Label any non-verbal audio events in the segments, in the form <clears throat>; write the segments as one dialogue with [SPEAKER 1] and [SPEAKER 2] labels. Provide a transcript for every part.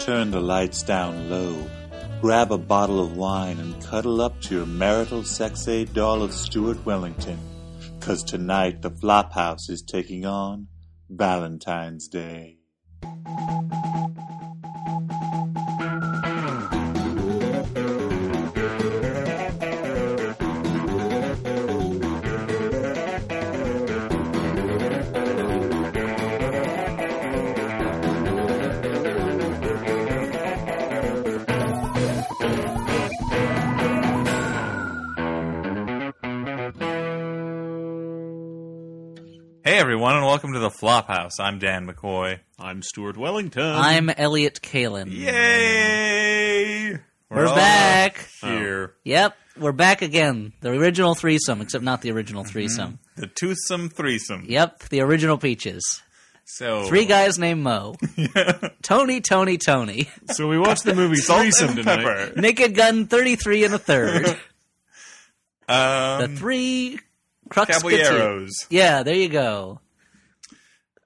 [SPEAKER 1] Turn the lights down low. Grab a bottle of wine and cuddle up to your marital sex aid doll of Stuart Wellington. 'Cause tonight the Flophouse is taking on Valentine's Day.
[SPEAKER 2] Hey everyone, and welcome to the Flophouse. I'm Dan McCoy.
[SPEAKER 3] I'm Stuart Wellington.
[SPEAKER 4] I'm Elliot Kalin.
[SPEAKER 2] Yay! We're,
[SPEAKER 4] We're
[SPEAKER 2] all
[SPEAKER 4] back.
[SPEAKER 2] here.
[SPEAKER 4] Yep, we're back again. The original threesome, except not the original
[SPEAKER 2] Mm-hmm.
[SPEAKER 4] threesome.
[SPEAKER 2] The toothsome threesome.
[SPEAKER 4] Yep, the original peaches.
[SPEAKER 2] So
[SPEAKER 4] Three guys
[SPEAKER 2] <laughs>
[SPEAKER 4] named Mo. Tony, Tony, Tony.
[SPEAKER 3] so we watched the movie Threesome tonight.
[SPEAKER 2] Pepper.
[SPEAKER 4] Naked Gun 33 and a third.
[SPEAKER 2] <laughs> Um,
[SPEAKER 4] the three crux
[SPEAKER 2] caballeros.
[SPEAKER 4] Yeah, there you go.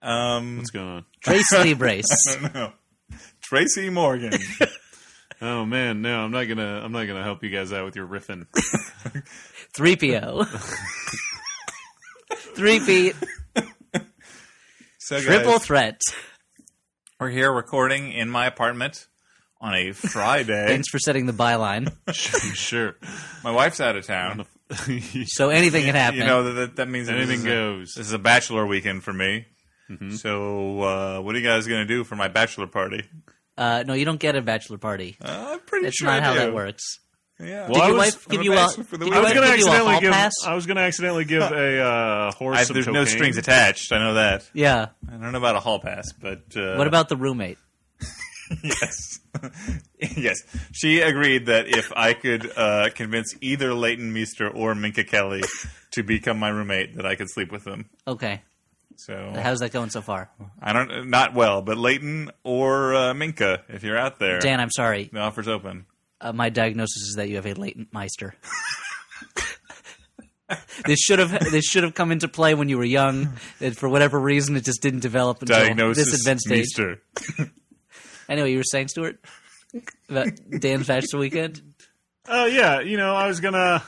[SPEAKER 2] Um,
[SPEAKER 3] What's going on?
[SPEAKER 2] <laughs>
[SPEAKER 4] Trace Lee Brace.
[SPEAKER 2] no. Tracy
[SPEAKER 4] <laughs>
[SPEAKER 2] Morgan.
[SPEAKER 3] Oh man, no, I'm not gonna. I'm not gonna help you guys out with your riffing.
[SPEAKER 2] <laughs>
[SPEAKER 4] 3PO. Three feet,
[SPEAKER 2] So
[SPEAKER 4] triple
[SPEAKER 2] guys,
[SPEAKER 4] threat.
[SPEAKER 2] we're here recording in my apartment on a Friday.
[SPEAKER 4] Thanks for setting the byline.
[SPEAKER 3] sure.
[SPEAKER 2] my wife's out of town.
[SPEAKER 4] So anything can happen.
[SPEAKER 2] You know that- that that means that this
[SPEAKER 3] Anything
[SPEAKER 2] is a-
[SPEAKER 3] goes.
[SPEAKER 2] This is a bachelor weekend for me.
[SPEAKER 4] Mm-hmm.
[SPEAKER 2] So, uh, what are you guys gonna do for my bachelor party?
[SPEAKER 4] uh, no, you don't get a bachelor party.
[SPEAKER 2] Uh, I'm pretty
[SPEAKER 4] That's
[SPEAKER 2] sure
[SPEAKER 4] not
[SPEAKER 2] I
[SPEAKER 4] how
[SPEAKER 2] do.
[SPEAKER 4] that works.
[SPEAKER 2] Yeah.
[SPEAKER 3] Well,
[SPEAKER 4] Did
[SPEAKER 3] I
[SPEAKER 4] your
[SPEAKER 3] was-
[SPEAKER 4] wife
[SPEAKER 2] I'm
[SPEAKER 4] give you
[SPEAKER 2] a
[SPEAKER 4] a?
[SPEAKER 2] bachelor for the
[SPEAKER 4] Did your
[SPEAKER 2] weekend.
[SPEAKER 3] I
[SPEAKER 4] wife
[SPEAKER 3] was
[SPEAKER 4] give you
[SPEAKER 3] gonna
[SPEAKER 4] a
[SPEAKER 3] accidentally
[SPEAKER 4] hall
[SPEAKER 3] give.
[SPEAKER 4] pass?
[SPEAKER 3] I was gonna accidentally give a uh, horse.
[SPEAKER 2] I,
[SPEAKER 3] some
[SPEAKER 2] there's no
[SPEAKER 3] cocaine.
[SPEAKER 2] strings attached. I know that.
[SPEAKER 4] Yeah.
[SPEAKER 2] I don't know about a hall pass, but uh,
[SPEAKER 4] What about the roommate?
[SPEAKER 2] yes, <laughs> yes. She agreed that if I could uh, convince either Leighton Meester or Minka Kelly to become my roommate, that I could sleep with them.
[SPEAKER 4] Okay.
[SPEAKER 2] So
[SPEAKER 4] How's that going so far?
[SPEAKER 2] I don't, not well, but Leighton or uh, Minka, if you're out there,
[SPEAKER 4] Dan, I'm sorry.
[SPEAKER 2] the offer's open.
[SPEAKER 4] Uh, my diagnosis is that you have a latent
[SPEAKER 3] <laughs>
[SPEAKER 4] meister. this should have this should have come into play when you were young. And for whatever reason, it just didn't develop until this
[SPEAKER 2] Diagnosis
[SPEAKER 4] advanced stage.
[SPEAKER 2] Meester.
[SPEAKER 4] Anyway, you were saying, Stuart, about Dan's bachelor weekend.
[SPEAKER 3] Oh yeah, you know, I was gonna,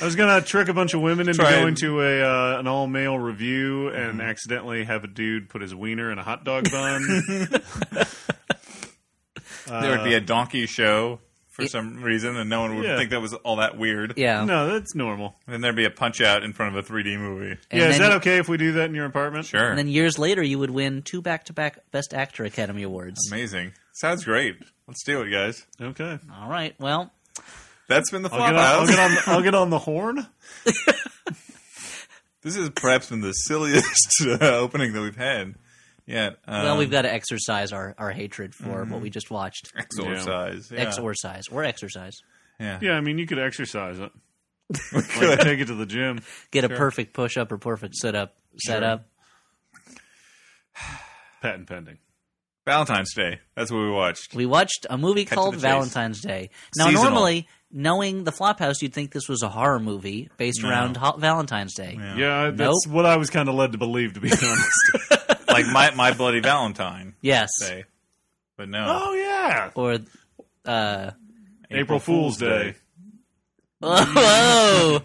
[SPEAKER 3] I was gonna trick a bunch of women into
[SPEAKER 2] Try and-
[SPEAKER 3] going to a uh, an all male review and accidentally have a dude put his wiener in a hot dog bun.
[SPEAKER 2] there would be a donkey show for
[SPEAKER 4] Yeah.
[SPEAKER 2] some reason, and no one would
[SPEAKER 3] Uh, Yeah.
[SPEAKER 2] think that was all that weird.
[SPEAKER 4] Yeah.
[SPEAKER 3] no, that's normal.
[SPEAKER 2] Then there'd be a punch out in front of a 3D movie.
[SPEAKER 4] And
[SPEAKER 3] yeah, is
[SPEAKER 4] then-
[SPEAKER 3] that okay if we do that in your apartment?
[SPEAKER 2] Sure.
[SPEAKER 4] And then years later, you would win two back-to-back Best Actor Academy Awards.
[SPEAKER 2] Amazing. Sounds great. Let's do it, guys.
[SPEAKER 3] Okay.
[SPEAKER 4] All right. Well,
[SPEAKER 2] That's been the
[SPEAKER 3] I'll get, on, I'll,
[SPEAKER 2] flophouse.
[SPEAKER 3] get on, I'll get on the horn.
[SPEAKER 2] This has perhaps been the silliest <laughs> uh, opening that we've had yet. Um, mm-hmm.
[SPEAKER 4] well, we've got to exercise our, our hatred for what we
[SPEAKER 2] <laughs>
[SPEAKER 4] just watched.
[SPEAKER 2] exorcise. Yeah.
[SPEAKER 4] Exorcise or exercise.
[SPEAKER 2] yeah.
[SPEAKER 3] Yeah, I mean, you could exercise it. like, take it to the gym.
[SPEAKER 4] Get a perfect push up or perfect sit up, set
[SPEAKER 2] Sure.
[SPEAKER 4] up.
[SPEAKER 3] Patent pending.
[SPEAKER 2] Valentine's Day. That's what we watched.
[SPEAKER 4] We watched a movie
[SPEAKER 2] to
[SPEAKER 4] called
[SPEAKER 2] the chase.
[SPEAKER 4] Valentine's Day. Now,
[SPEAKER 2] Seasonal.
[SPEAKER 4] normally, knowing the Flophouse, you'd think this was a horror movie based around ho- Valentine's Day.
[SPEAKER 2] Yeah.
[SPEAKER 3] Yeah, I- that's what I was kind of led to believe, to be <laughs> honest.
[SPEAKER 2] like my my bloody Valentine
[SPEAKER 4] Yes.
[SPEAKER 2] Day. But no.
[SPEAKER 3] oh, yeah.
[SPEAKER 4] Or,
[SPEAKER 2] <laughs>
[SPEAKER 4] uh, <laughs>
[SPEAKER 3] April, Fool's Day.
[SPEAKER 4] oh,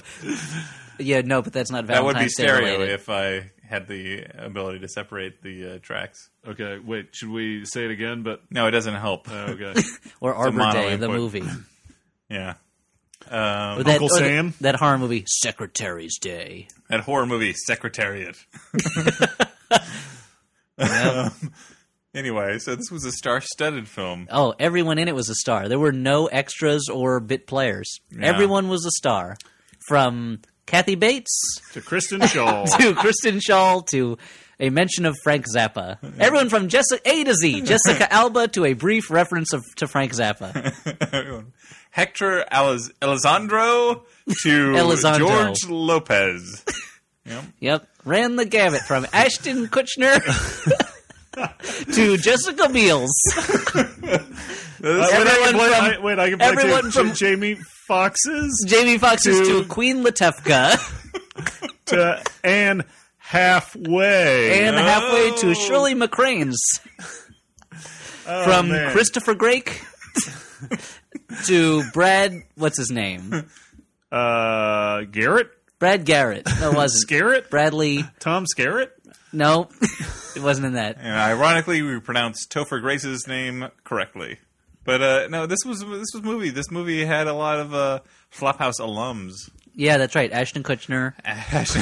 [SPEAKER 4] yeah, no, but that's not
[SPEAKER 2] That would be
[SPEAKER 4] Valentine's Day.
[SPEAKER 2] stereo
[SPEAKER 4] related.
[SPEAKER 2] if I had the ability to separate the uh, tracks.
[SPEAKER 3] Okay, wait, should we say it again? But,
[SPEAKER 2] No, it doesn't help.
[SPEAKER 3] uh, okay.
[SPEAKER 4] or Arbor
[SPEAKER 2] mono
[SPEAKER 4] Day, the
[SPEAKER 2] input. <laughs>
[SPEAKER 4] movie.
[SPEAKER 2] yeah. Um,
[SPEAKER 4] Or that,
[SPEAKER 3] Uncle
[SPEAKER 4] or the-
[SPEAKER 3] Sam?
[SPEAKER 4] that horror movie, Secretary's Day.
[SPEAKER 2] that horror movie,
[SPEAKER 4] <laughs>
[SPEAKER 2] Secretariat. <laughs> Um, anyway, so this was a star-studded film.
[SPEAKER 4] Oh, everyone in it was a star. There were no extras or bit players.
[SPEAKER 2] Yeah.
[SPEAKER 4] Everyone was a star. From Kathy Bates <laughs>
[SPEAKER 3] to Kristen Shaw. Uh,
[SPEAKER 4] to Kristen Shaw to a mention of Frank Zappa. Everyone from Jessica A to Z, Jessica Alba to a brief reference of to Frank Zappa.
[SPEAKER 2] Everyone. Hector Aliz- Alessandro to
[SPEAKER 4] <laughs> Elizondo.
[SPEAKER 2] George Lopez.
[SPEAKER 4] Yep, ran the gamut from Ashton Kutcher <laughs> to Jessica Biels.
[SPEAKER 3] Uh, wait, I can
[SPEAKER 4] Everyone
[SPEAKER 3] play,
[SPEAKER 4] from-
[SPEAKER 3] I, wait, I can play
[SPEAKER 4] everyone
[SPEAKER 3] too.
[SPEAKER 4] from-
[SPEAKER 3] J- Jamie Foxes
[SPEAKER 4] Jamie Foxx's
[SPEAKER 3] To-
[SPEAKER 4] to Queen Latifka,
[SPEAKER 3] to Anne Halfway.
[SPEAKER 4] and halfway
[SPEAKER 2] No.
[SPEAKER 4] to Shirley MacLaine's.
[SPEAKER 2] Oh,
[SPEAKER 4] from
[SPEAKER 2] man.
[SPEAKER 4] Christopher Drake <laughs> to Brad, what's his name?
[SPEAKER 3] Uh, Garrett?
[SPEAKER 4] Brad Garrett. No, it wasn't.
[SPEAKER 3] Scarrett?
[SPEAKER 4] Bradley.
[SPEAKER 3] Tom Scarrett?
[SPEAKER 4] No, it wasn't in that.
[SPEAKER 2] And ironically, we pronounced Topher Grace's name correctly. But uh, no, this was this was movie. This movie had a lot of uh, Flophouse
[SPEAKER 4] <laughs>
[SPEAKER 2] alums. <laughs>
[SPEAKER 4] Yeah, that's right. Ashton Kutcher.
[SPEAKER 2] Ashton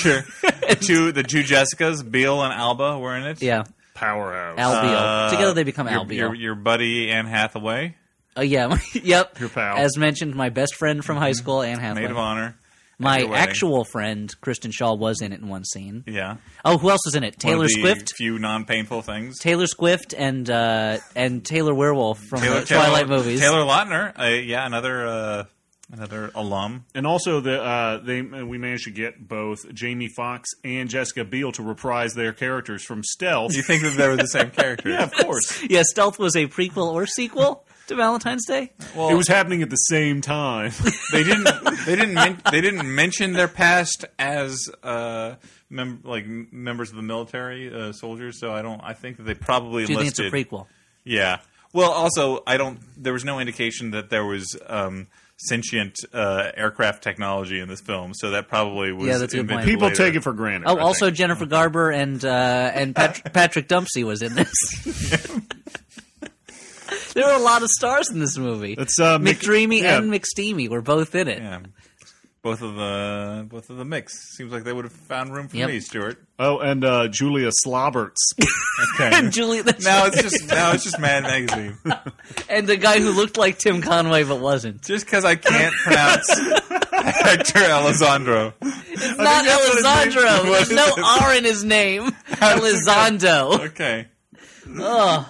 [SPEAKER 2] Kutcher, two the two Jessicas, Beale and Alba, were in it.
[SPEAKER 4] Yeah,
[SPEAKER 3] Powerhouse.
[SPEAKER 4] Al Beal.
[SPEAKER 2] Uh,
[SPEAKER 4] Together they become
[SPEAKER 2] your,
[SPEAKER 4] Al Beal.
[SPEAKER 2] Your, your buddy Anne Hathaway,
[SPEAKER 4] Oh yeah, <laughs> yep.
[SPEAKER 3] Your pal.
[SPEAKER 4] as mentioned, my best friend from
[SPEAKER 2] Mm-hmm.
[SPEAKER 4] high school, Anne Hathaway.
[SPEAKER 2] maid of honor.
[SPEAKER 4] my
[SPEAKER 2] your wedding.
[SPEAKER 4] actual friend, Kristen Shaw, was in it in one scene.
[SPEAKER 2] Yeah,
[SPEAKER 4] Oh, who else was in it?
[SPEAKER 2] One
[SPEAKER 4] Taylor
[SPEAKER 2] of the
[SPEAKER 4] Swift.
[SPEAKER 2] Few non-painful things.
[SPEAKER 4] Taylor Swift and uh, and Taylor Werewolf from the Twilight movies.
[SPEAKER 2] Taylor Lautner, uh, yeah, another uh, another alum.
[SPEAKER 3] And also, the uh, they we managed to get both Jamie Foxx and Jessica Biel to reprise their characters from
[SPEAKER 2] <laughs>
[SPEAKER 3] Stealth.
[SPEAKER 2] You think that they were the same characters?
[SPEAKER 3] yeah, of course.
[SPEAKER 4] Yeah, Stealth was a prequel or sequel to Valentine's Day.
[SPEAKER 2] Well,
[SPEAKER 3] It
[SPEAKER 4] <laughs>
[SPEAKER 3] was happening at the
[SPEAKER 2] <laughs>
[SPEAKER 3] same time.
[SPEAKER 2] they didn't they didn't men- they didn't mention their past as uh, mem- like m- members of the military uh, soldiers. So I don't. I think that they probably
[SPEAKER 4] Do you think it's
[SPEAKER 2] listed.
[SPEAKER 4] a prequel?
[SPEAKER 2] Yeah. Well, also, I don't. There was no indication that there was um, sentient uh, aircraft technology in this film, so that probably was.
[SPEAKER 4] Yeah, that's a good
[SPEAKER 2] invented
[SPEAKER 4] point.
[SPEAKER 3] People
[SPEAKER 2] later.
[SPEAKER 3] take it for granted.
[SPEAKER 4] Oh, also Jennifer Garber and uh, and
[SPEAKER 2] <laughs>
[SPEAKER 4] Pat- Patrick Dempsey was in this. <laughs> there were a lot of stars in this movie.
[SPEAKER 3] That's, uh, Mc-
[SPEAKER 4] McDreamy
[SPEAKER 3] yeah.
[SPEAKER 4] and McSteamy were both in it.
[SPEAKER 2] Yeah. Both of the both of the mix seems like they would have found room for
[SPEAKER 4] Yep.
[SPEAKER 2] me, Stuart.
[SPEAKER 3] Oh, and uh, Julia
[SPEAKER 2] <laughs>
[SPEAKER 3] Slobberts.
[SPEAKER 2] Okay.
[SPEAKER 4] And Julie, that's
[SPEAKER 2] now it's just now it's just Mad Magazine.
[SPEAKER 4] and the guy who looked like Tim Conway but wasn't.
[SPEAKER 2] Just because I <laughs> can't pronounce Hector Alessandro,
[SPEAKER 4] Not
[SPEAKER 2] that's what his name-
[SPEAKER 4] Alessandro.
[SPEAKER 2] what
[SPEAKER 4] There's
[SPEAKER 2] is
[SPEAKER 4] no
[SPEAKER 2] it?
[SPEAKER 4] R in his name. Elizondo.
[SPEAKER 2] okay,
[SPEAKER 4] Ugh.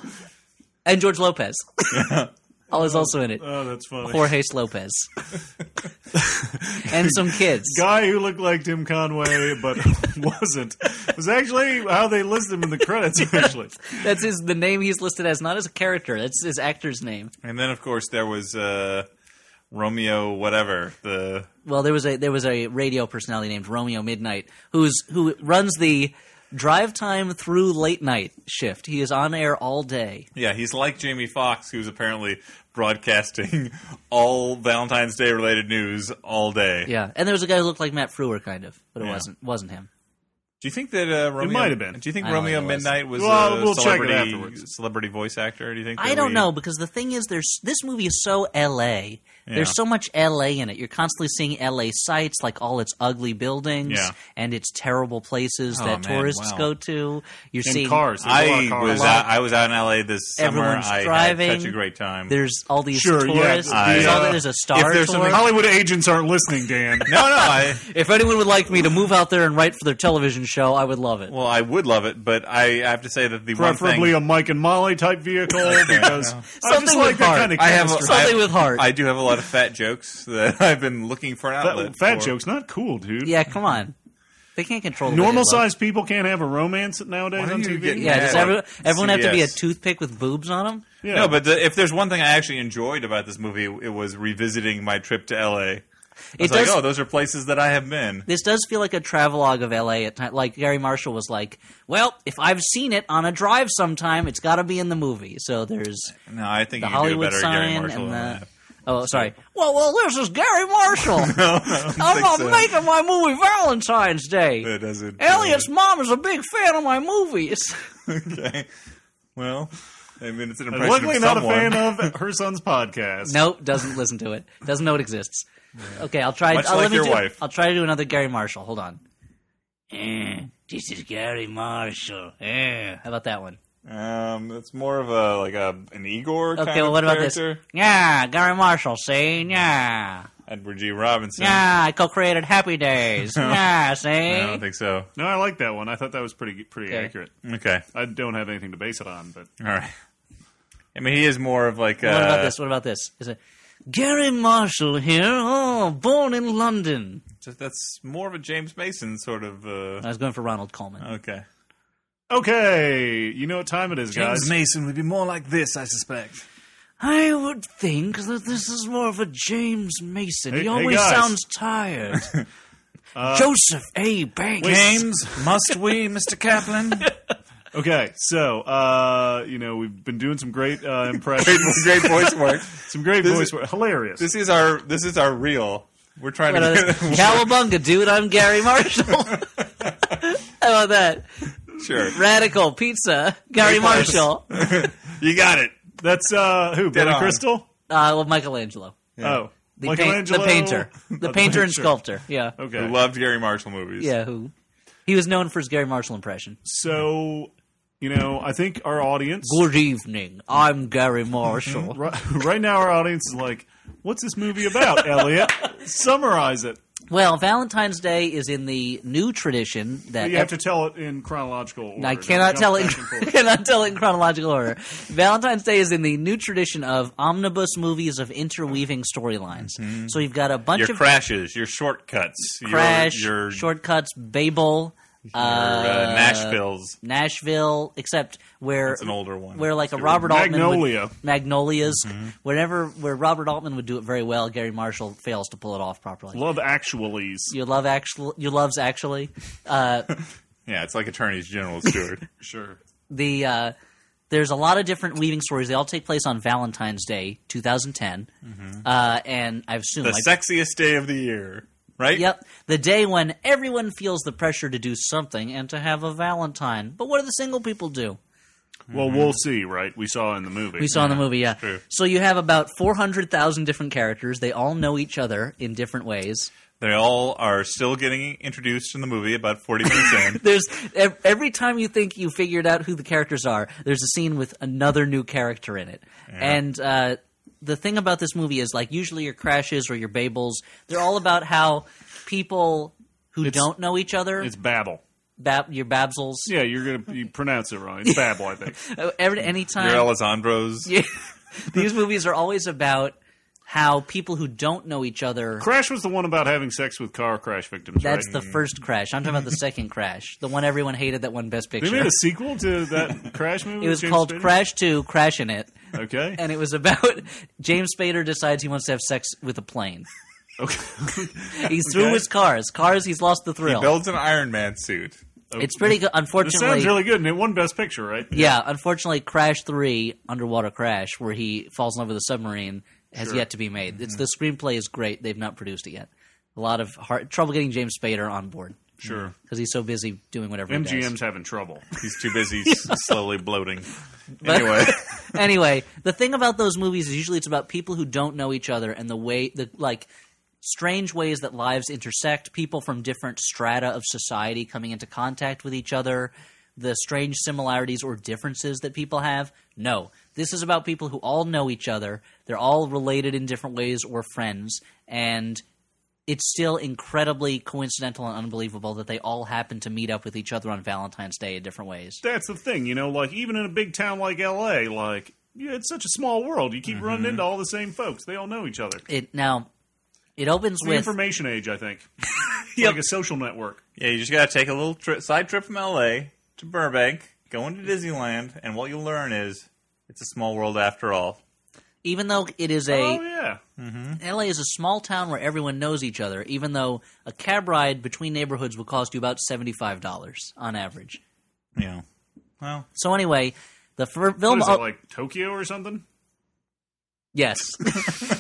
[SPEAKER 4] And George Lopez. I was also in it.
[SPEAKER 3] oh, that's funny.
[SPEAKER 4] Jorge Lopez. and some kids.
[SPEAKER 3] Guy who looked like Tim Conway but <laughs> wasn't was actually how they listed him in
[SPEAKER 4] <laughs>
[SPEAKER 3] the credits. Actually,
[SPEAKER 4] That's his the name he's listed as, not as a character. That's his actor's name.
[SPEAKER 2] and then of course there was uh, Romeo, whatever the
[SPEAKER 4] Well, there was a there was a radio personality named Romeo Midnight who's who runs the drive time through late night shift. He is on air all day.
[SPEAKER 2] yeah he's like Jamie Foxx, who's apparently broadcasting <laughs> all Valentine's Day related news all day.
[SPEAKER 4] Yeah, and there was a guy who looked like Matt Frewer, kind of, but it
[SPEAKER 2] Yeah.
[SPEAKER 4] wasn't wasn't him.
[SPEAKER 2] Do you think that uh, Romeo
[SPEAKER 3] might have been.
[SPEAKER 2] Do you think
[SPEAKER 4] I don't
[SPEAKER 2] Romeo
[SPEAKER 4] think it was.
[SPEAKER 2] Midnight was
[SPEAKER 3] Well,
[SPEAKER 2] a
[SPEAKER 3] we'll check it
[SPEAKER 2] celebrity
[SPEAKER 3] afterwards.
[SPEAKER 2] celebrity voice actor? Do you think
[SPEAKER 4] I
[SPEAKER 2] that
[SPEAKER 4] don't
[SPEAKER 2] we-
[SPEAKER 4] know because the thing is, there's this movie is so L.A. There's
[SPEAKER 2] Yeah.
[SPEAKER 4] so much L.A. in it. You're constantly seeing L.A. sights, like all its ugly buildings
[SPEAKER 2] Yeah.
[SPEAKER 4] and its terrible places
[SPEAKER 2] Oh, man,
[SPEAKER 4] that tourists
[SPEAKER 2] wow.
[SPEAKER 4] go to. You're
[SPEAKER 3] and
[SPEAKER 4] seeing
[SPEAKER 3] cars. There's a lot
[SPEAKER 2] I
[SPEAKER 3] of cars.
[SPEAKER 2] was uh, out, I was out in LA this summer.
[SPEAKER 4] Everyone's
[SPEAKER 2] I
[SPEAKER 4] driving.
[SPEAKER 2] had such a great time.
[SPEAKER 4] There's all these
[SPEAKER 3] Sure, yeah,
[SPEAKER 4] tourists.
[SPEAKER 2] I-
[SPEAKER 4] there's, all,
[SPEAKER 2] uh,
[SPEAKER 4] there's a star
[SPEAKER 2] if there's
[SPEAKER 4] tour.
[SPEAKER 2] something-
[SPEAKER 3] Hollywood agents aren't listening, Dan.
[SPEAKER 2] no, no.
[SPEAKER 4] <laughs>
[SPEAKER 2] I,
[SPEAKER 4] If anyone would like me to move out there and write for their television show, I would love it.
[SPEAKER 2] well, I would love it, but I, I have to say that the one
[SPEAKER 3] Preferably
[SPEAKER 2] thing
[SPEAKER 3] a Mike and Molly
[SPEAKER 2] <laughs>
[SPEAKER 3] type vehicle because I
[SPEAKER 4] Something
[SPEAKER 3] just like
[SPEAKER 4] with
[SPEAKER 3] that
[SPEAKER 4] heart.
[SPEAKER 3] kind of
[SPEAKER 2] I have a-
[SPEAKER 3] chemistry.
[SPEAKER 4] Something with heart.
[SPEAKER 2] I do have a lot of fat jokes <laughs> that I've been looking for an outlet.
[SPEAKER 3] That, fat
[SPEAKER 2] for.
[SPEAKER 3] joke's not cool, dude.
[SPEAKER 4] yeah, come on. They can't control the way
[SPEAKER 3] Normal
[SPEAKER 4] they look.
[SPEAKER 3] sized people can't have a romance nowadays
[SPEAKER 2] Why
[SPEAKER 3] on
[SPEAKER 2] do you
[SPEAKER 3] TV.
[SPEAKER 2] get-
[SPEAKER 4] Yeah, does
[SPEAKER 2] Yeah.
[SPEAKER 4] everyone, everyone have to be a
[SPEAKER 2] CBS.
[SPEAKER 4] toothpick with boobs on them?
[SPEAKER 3] Yeah.
[SPEAKER 2] No, but the, if there's one thing I actually enjoyed about this movie, it was revisiting my trip to LA. I was like,
[SPEAKER 4] It does-
[SPEAKER 2] oh, those are places that I have been.
[SPEAKER 4] this does feel like a travelogue of LA at time. Like Gary Marshall was like, "Well, if I've seen it on a drive sometime, it's got to be in the movie." So there's
[SPEAKER 2] No, I think
[SPEAKER 4] the
[SPEAKER 2] you can do a
[SPEAKER 4] Hollywood
[SPEAKER 2] better Gary
[SPEAKER 4] sign
[SPEAKER 2] Marshall
[SPEAKER 4] and
[SPEAKER 2] than
[SPEAKER 4] the.
[SPEAKER 2] that.
[SPEAKER 4] Oh, sorry. Well, well, this is
[SPEAKER 2] <laughs>
[SPEAKER 4] Gary Marshall. I'm
[SPEAKER 2] think
[SPEAKER 4] not
[SPEAKER 2] so.
[SPEAKER 4] making my movie Valentine's Day.
[SPEAKER 2] That doesn't.
[SPEAKER 4] Elliot's mom is a big fan of my movies.
[SPEAKER 2] <laughs>
[SPEAKER 4] <laughs>
[SPEAKER 2] okay. Well, I mean, it's an
[SPEAKER 3] I'm
[SPEAKER 2] impression
[SPEAKER 3] Luckily,
[SPEAKER 2] of
[SPEAKER 3] not a
[SPEAKER 2] someone.
[SPEAKER 3] fan of her son's podcast.
[SPEAKER 4] nope, doesn't listen to it. Doesn't know it exists. Okay, I'll try.
[SPEAKER 2] Much
[SPEAKER 4] I'll,
[SPEAKER 2] like
[SPEAKER 4] let me
[SPEAKER 2] your
[SPEAKER 4] do,
[SPEAKER 2] wife.
[SPEAKER 4] I'll try to do another Gary Marshall. Hold on. Eh, this is Gary Marshall. Eh. How about that one?
[SPEAKER 2] Um, that's more of a like a an Igor.
[SPEAKER 4] Okay,
[SPEAKER 2] kind
[SPEAKER 4] well,
[SPEAKER 2] of
[SPEAKER 4] what about
[SPEAKER 2] character.
[SPEAKER 4] this? Yeah, Gary Marshall, see? Yeah.
[SPEAKER 2] Edward G. Robinson.
[SPEAKER 4] Yeah, eh? I co created
[SPEAKER 2] <laughs>
[SPEAKER 4] Happy Days. Yeah, see?
[SPEAKER 2] I don't think so.
[SPEAKER 3] No, I like that one. I thought that was pretty pretty
[SPEAKER 4] Okay.
[SPEAKER 3] accurate.
[SPEAKER 2] Okay,
[SPEAKER 3] I don't have anything to base it on, but
[SPEAKER 2] all right. I mean, he is more of like.
[SPEAKER 4] what about
[SPEAKER 2] uh,
[SPEAKER 4] this? What about this? Is it Gary Marshall here? Oh, born in London.
[SPEAKER 2] just- that's more of a James Mason sort of. Uh,
[SPEAKER 4] I was going for Ronald Coleman.
[SPEAKER 2] okay.
[SPEAKER 3] okay. You know what time it is, guys.
[SPEAKER 2] Mason would be more like this, I suspect.
[SPEAKER 4] I would think that this is more of a James Mason.
[SPEAKER 3] Hey-
[SPEAKER 4] he
[SPEAKER 3] hey,
[SPEAKER 4] always
[SPEAKER 3] guys.
[SPEAKER 4] sounds
[SPEAKER 2] <laughs>
[SPEAKER 4] tired.
[SPEAKER 2] Uh,
[SPEAKER 4] Joseph A. Banks.
[SPEAKER 2] <laughs> must we, Mr. Kaplan?
[SPEAKER 3] Okay, so uh, you know we've been doing some
[SPEAKER 2] <laughs>
[SPEAKER 3] great uh, impressions,
[SPEAKER 2] great voice work.
[SPEAKER 3] some great
[SPEAKER 2] This-
[SPEAKER 3] voice work, hilarious.
[SPEAKER 2] This is our this is our real. We're trying
[SPEAKER 4] What
[SPEAKER 2] to
[SPEAKER 4] about
[SPEAKER 2] get <laughs>
[SPEAKER 4] this? Cowabunga, dude! I'm Gary Marshall. <laughs> How about that?
[SPEAKER 2] sure.
[SPEAKER 4] Radical pizza, Gary
[SPEAKER 2] Great
[SPEAKER 4] Marshall. Uh,
[SPEAKER 3] you got it. That's uh, who? Billy
[SPEAKER 2] on.
[SPEAKER 3] Crystal?
[SPEAKER 4] Uh, well, Michelangelo,
[SPEAKER 3] Oh,
[SPEAKER 4] the, pain- the
[SPEAKER 3] <laughs>
[SPEAKER 4] painter, the painter and sculptor. Yeah,
[SPEAKER 3] Okay,
[SPEAKER 2] Who loved Gary Marshall movies?
[SPEAKER 4] yeah. Who he was known for his Gary Marshall impression.
[SPEAKER 3] so you know I think our audience <laughs>
[SPEAKER 4] Good evening, I'm Gary Marshall.
[SPEAKER 3] Mm-hmm. right, right now our audience is like, what's this
[SPEAKER 4] <laughs>
[SPEAKER 3] movie about, Elliot? Summarize it.
[SPEAKER 4] well, Valentine's Day is in the new tradition that
[SPEAKER 3] You have to tell it in chronological order.
[SPEAKER 4] I cannot
[SPEAKER 3] Don't
[SPEAKER 4] tell it.
[SPEAKER 3] jump back and
[SPEAKER 4] In, <laughs>
[SPEAKER 3] forth.
[SPEAKER 4] cannot tell it in chronological order. Valentine's Day is in the new tradition of omnibus movies of interweaving storylines.
[SPEAKER 3] Mm-hmm.
[SPEAKER 4] So you've got a bunch
[SPEAKER 2] Your
[SPEAKER 4] of
[SPEAKER 2] crashes, your shortcuts, your-
[SPEAKER 4] Crash, uh,
[SPEAKER 2] your,
[SPEAKER 4] shortcuts, Babel,
[SPEAKER 2] your,
[SPEAKER 4] uh,
[SPEAKER 2] uh, Nashville's.
[SPEAKER 4] Nashville, except where
[SPEAKER 2] That's an older one.
[SPEAKER 4] Where like a
[SPEAKER 2] Stupid.
[SPEAKER 4] Robert Altman
[SPEAKER 3] Magnolia.
[SPEAKER 4] would, Magnolias, whenever where Robert Altman would do it very well, Gary Marshall fails to pull it off properly.
[SPEAKER 3] Love actualies.
[SPEAKER 4] you love actual, you loves actually. Uh,
[SPEAKER 2] Yeah, it's like Attorneys General
[SPEAKER 4] <laughs>
[SPEAKER 2] Stewart.
[SPEAKER 3] Sure.
[SPEAKER 4] the uh, there's a lot of different weaving stories. They all take place on Valentine's Day, 2010, uh, and I assume
[SPEAKER 2] the
[SPEAKER 4] like,
[SPEAKER 2] sexiest day of the year, right?
[SPEAKER 4] Yep, the day when everyone feels the pressure to do something and to have a Valentine. But what do the single people do?
[SPEAKER 3] Well, we'll see, right? We saw in the movie.
[SPEAKER 4] Mm-hmm. We saw in the movie, yeah.
[SPEAKER 2] true.
[SPEAKER 4] So you have about 400,000 different characters. They all know each other in different ways.
[SPEAKER 2] They all are still getting introduced in the movie about 40 minutes
[SPEAKER 3] <laughs>
[SPEAKER 2] in.
[SPEAKER 4] There's ev- every time you think you figured out who the characters are, there's a scene with another new character in it. And uh, the thing about this movie is like usually your crashes or your babels, they're all about how people who don't know each other,
[SPEAKER 3] It's Babel.
[SPEAKER 4] bab- your babsels,
[SPEAKER 3] Yeah, you're
[SPEAKER 4] <laughs>
[SPEAKER 3] gonna you pronounce it wrong. It's Babel, I think.
[SPEAKER 4] uh, every anytime
[SPEAKER 2] Your Alessandros.
[SPEAKER 4] Yeah. These movies are always about how people who don't know each other.
[SPEAKER 3] Crash was the one about having sex with car crash victims,
[SPEAKER 4] That's
[SPEAKER 3] right?
[SPEAKER 4] the first crash. I'm talking about the second crash, the one everyone hated that won Best
[SPEAKER 3] they
[SPEAKER 4] Picture. <laughs>
[SPEAKER 3] made a sequel to that Crash movie.
[SPEAKER 4] it
[SPEAKER 3] with
[SPEAKER 4] was
[SPEAKER 3] James
[SPEAKER 4] called
[SPEAKER 3] Spader?
[SPEAKER 4] Crash Two, Crash in It,
[SPEAKER 3] Okay.
[SPEAKER 4] and it was about <laughs> James Spader decides he wants to have sex with a plane.
[SPEAKER 3] okay.
[SPEAKER 4] <laughs> He's through
[SPEAKER 3] Okay.
[SPEAKER 4] his cars. Cars, he's lost the thrill.
[SPEAKER 2] Builds an Iron Man suit.
[SPEAKER 4] it's pretty good.
[SPEAKER 3] This
[SPEAKER 4] Unfortunately,
[SPEAKER 3] sounds really good, and it won Best Picture, right?
[SPEAKER 4] yeah. Unfortunately, Crash Three, Underwater Crash, where he falls in love with a submarine, has yet to be made.
[SPEAKER 3] Mm-hmm.
[SPEAKER 4] It's the screenplay is great. They've not produced it yet. A lot of hard, trouble getting James Spader on board.
[SPEAKER 3] Sure.
[SPEAKER 4] because he's so busy doing whatever he does.
[SPEAKER 3] MGM's having trouble.
[SPEAKER 2] He's too
[SPEAKER 3] <laughs>
[SPEAKER 2] busy s- slowly bloating.
[SPEAKER 4] But- <laughs>
[SPEAKER 2] Anyway,
[SPEAKER 4] anyway, the thing about those movies is usually it's about people who don't know each other and the way the like strange ways that lives intersect, people from different strata of society coming into contact with each other, the strange similarities or differences that people have. No. This is about people who all know each other. They're all related in different ways or friends and it's still incredibly coincidental and unbelievable that they all happen to meet up with each other on Valentine's Day in different ways.
[SPEAKER 3] That's the thing, you know. Like even in a big town like L.A., like yeah, it's such a small world. You keep running into all the same folks. They all know each other. It's
[SPEAKER 4] It now it opens
[SPEAKER 3] the
[SPEAKER 4] with
[SPEAKER 3] information age, I think. It's Like a social network.
[SPEAKER 2] yeah, you just got to take a little tri- side trip from L.A. to Burbank, go into Disneyland, and what you'll learn is it's a small world after all.
[SPEAKER 4] even though it is a
[SPEAKER 3] Oh yeah.
[SPEAKER 4] LA is a small town where everyone knows each other, even though a cab ride between neighborhoods will cost you about $75 on average.
[SPEAKER 2] Yeah. Well,
[SPEAKER 4] So anyway, the fir-
[SPEAKER 3] What
[SPEAKER 4] film
[SPEAKER 3] is it,
[SPEAKER 4] op-
[SPEAKER 3] like Tokyo or something? <laughs>
[SPEAKER 4] yes.